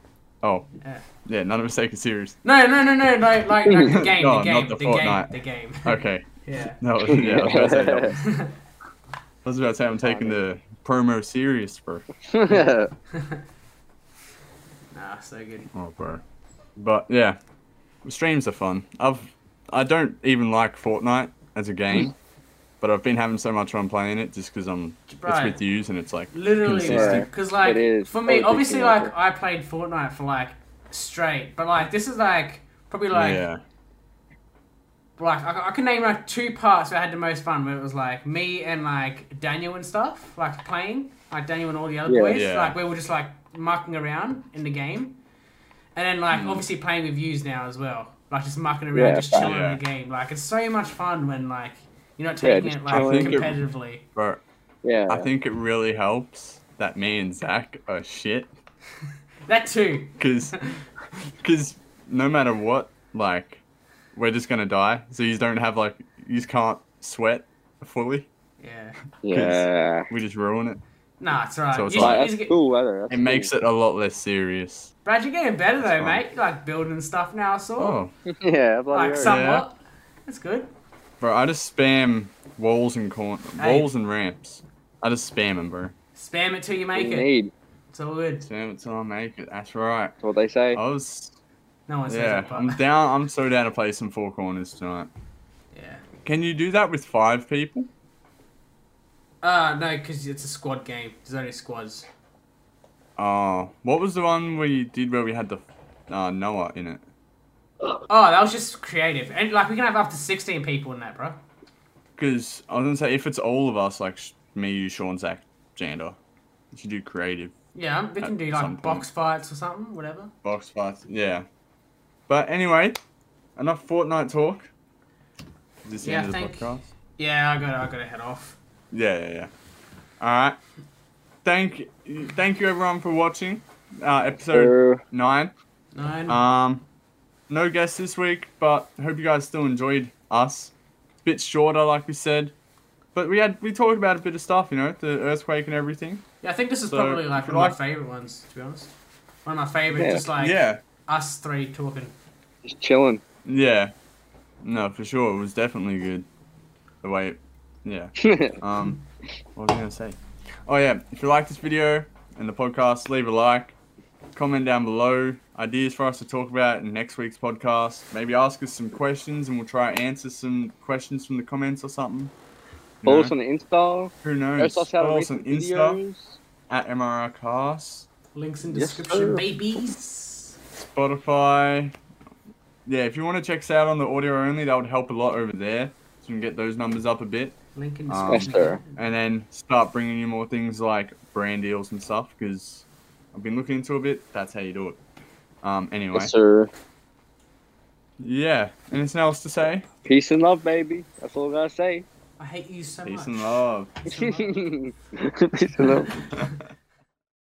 Speaker 1: Oh,
Speaker 2: Yeah.
Speaker 1: yeah, none of us take it serious.
Speaker 2: No, no, no, no, no, like, like the game,
Speaker 1: No,
Speaker 2: the game,
Speaker 1: not the
Speaker 2: the, game,
Speaker 1: Fortnite.
Speaker 2: the game.
Speaker 1: Okay.
Speaker 2: Yeah.
Speaker 1: No, yeah, I was about to say that was- I was about to say I'm taking the promo serious, bro.
Speaker 2: nah, so good.
Speaker 1: Oh, bro. But yeah, streams are fun. I've I don't even like Fortnite as a game, but I've been having so much fun playing it just because I'm it's
Speaker 2: Right.
Speaker 1: with yous and it's like
Speaker 2: Literally,
Speaker 1: consistent.
Speaker 3: Yeah.
Speaker 2: because
Speaker 3: It
Speaker 2: like
Speaker 3: is.
Speaker 2: for me,
Speaker 3: Totally
Speaker 2: obviously,
Speaker 3: different.
Speaker 2: like I played Fortnite for like straight, but like this is like probably like
Speaker 1: yeah,
Speaker 2: like I, I can name like two parts where I had the most fun. Where it was like me and like Daniel and stuff, like playing like Daniel and all the other
Speaker 3: Yeah.
Speaker 2: boys,
Speaker 1: Yeah.
Speaker 2: like we were just like mucking around in the game, and then like
Speaker 1: Mm.
Speaker 2: obviously playing with views now as well, like just mucking around,
Speaker 3: Yeah,
Speaker 2: just chilling
Speaker 1: yeah.
Speaker 2: in the game. Like it's so much fun when like you're not
Speaker 3: Yeah,
Speaker 2: taking
Speaker 3: just
Speaker 2: it like
Speaker 1: I think it-
Speaker 2: competitively.
Speaker 1: bro.
Speaker 3: yeah.
Speaker 1: I think it really helps that me and Zach are shit
Speaker 2: That too.
Speaker 1: because because no matter what, like we're just gonna die. So you don't have like you just can't sweat fully.
Speaker 2: Yeah.
Speaker 3: yeah.
Speaker 1: We just ruin it.
Speaker 2: Nah, it's alright.
Speaker 1: So it's
Speaker 2: You-
Speaker 1: like-
Speaker 2: you
Speaker 3: Like,
Speaker 2: just
Speaker 3: that's
Speaker 2: get-
Speaker 3: cool weather. That's
Speaker 1: It makes it a lot less serious.
Speaker 2: Brad, you're getting better though,
Speaker 1: fine.
Speaker 2: mate. You're, like building stuff now, I saw.
Speaker 1: Oh.
Speaker 3: cool. Yeah, bloody
Speaker 2: like
Speaker 3: oath.
Speaker 1: some-
Speaker 2: somewhat. That's good.
Speaker 1: Bro, I just spam walls and corn
Speaker 2: Hey.
Speaker 1: walls and ramps. I just spam them, bro.
Speaker 2: Spam it till you
Speaker 3: We
Speaker 2: make it.
Speaker 3: need.
Speaker 2: It's all good.
Speaker 1: Spam it till I make it. That's right.
Speaker 3: That's what they say.
Speaker 1: I was
Speaker 2: No one says
Speaker 1: yeah.
Speaker 2: that, but
Speaker 1: I'm down. I'm so down to play some four corners tonight.
Speaker 2: yeah.
Speaker 1: Can you do that with five people?
Speaker 2: Uh no, because it's a squad game. There's only squads.
Speaker 1: Oh, what was the one we did where we had the uh, Noah in it?
Speaker 2: Oh, that was just creative, and like we can have up to sixteen people in that, bro.
Speaker 1: Because I was gonna say if it's all of us, like sh- me, you, Sean, Zach, Jander, we should do creative
Speaker 2: Yeah, we can
Speaker 1: At
Speaker 2: do
Speaker 1: some
Speaker 2: like
Speaker 1: point.
Speaker 2: box fights or something, whatever.
Speaker 1: box fights. Yeah. But anyway, enough Fortnite talk. Is this the
Speaker 2: Yeah,
Speaker 1: end of the
Speaker 2: thank-
Speaker 1: podcast?
Speaker 2: Yeah, I gotta, I gotta head off.
Speaker 1: Yeah, yeah, yeah. All right. Thank thank you everyone for watching uh, episode
Speaker 3: So,
Speaker 1: nine.
Speaker 2: Nine.
Speaker 1: Um, no guests this week, but hope you guys still enjoyed us. Bit shorter, like we said, but we had we talked about a bit of stuff, you know, the earthquake and everything.
Speaker 2: yeah, I think this is
Speaker 1: so,
Speaker 2: probably like
Speaker 1: if you
Speaker 2: one
Speaker 1: like-
Speaker 2: of my favorite ones, to be honest. One of my favorite,
Speaker 3: Yeah.
Speaker 2: just like
Speaker 1: yeah,
Speaker 2: us three talking.
Speaker 3: just chilling.
Speaker 1: yeah, no, for sure, it was definitely good. The way, it, yeah. Um, what was I gonna say? Oh yeah, if you like this video and the podcast, leave a like, comment down below ideas for us to talk about in next week's podcast. Maybe ask us some questions, and we'll try and answer some questions from the comments or something. You
Speaker 3: Follow
Speaker 1: know,
Speaker 3: us on the Insta.
Speaker 1: who
Speaker 3: Post
Speaker 1: knows?
Speaker 3: us out
Speaker 1: Follow
Speaker 3: of
Speaker 1: us on
Speaker 3: recent
Speaker 1: Insta
Speaker 3: videos.
Speaker 1: at MRRcast,
Speaker 2: Links in
Speaker 3: Yes,
Speaker 2: description,
Speaker 3: sir.
Speaker 2: babies.
Speaker 1: Spotify. Yeah, if you want to check us out on the audio only, that would help a lot over there. So you can get those numbers up a bit.
Speaker 2: Link in
Speaker 1: Um,
Speaker 3: Yes,
Speaker 2: description.
Speaker 3: sir.
Speaker 1: and then start bringing you more things like brand deals and stuff because I've been looking into a bit. That's how you do it. Um, anyway,
Speaker 3: Yes, sir.
Speaker 1: yeah. Anything else to say?
Speaker 3: Peace and love, baby. That's all I gotta say.
Speaker 2: I hate you so
Speaker 1: Peace
Speaker 2: much.
Speaker 1: and love.
Speaker 2: Peace and love.
Speaker 3: Peace and love.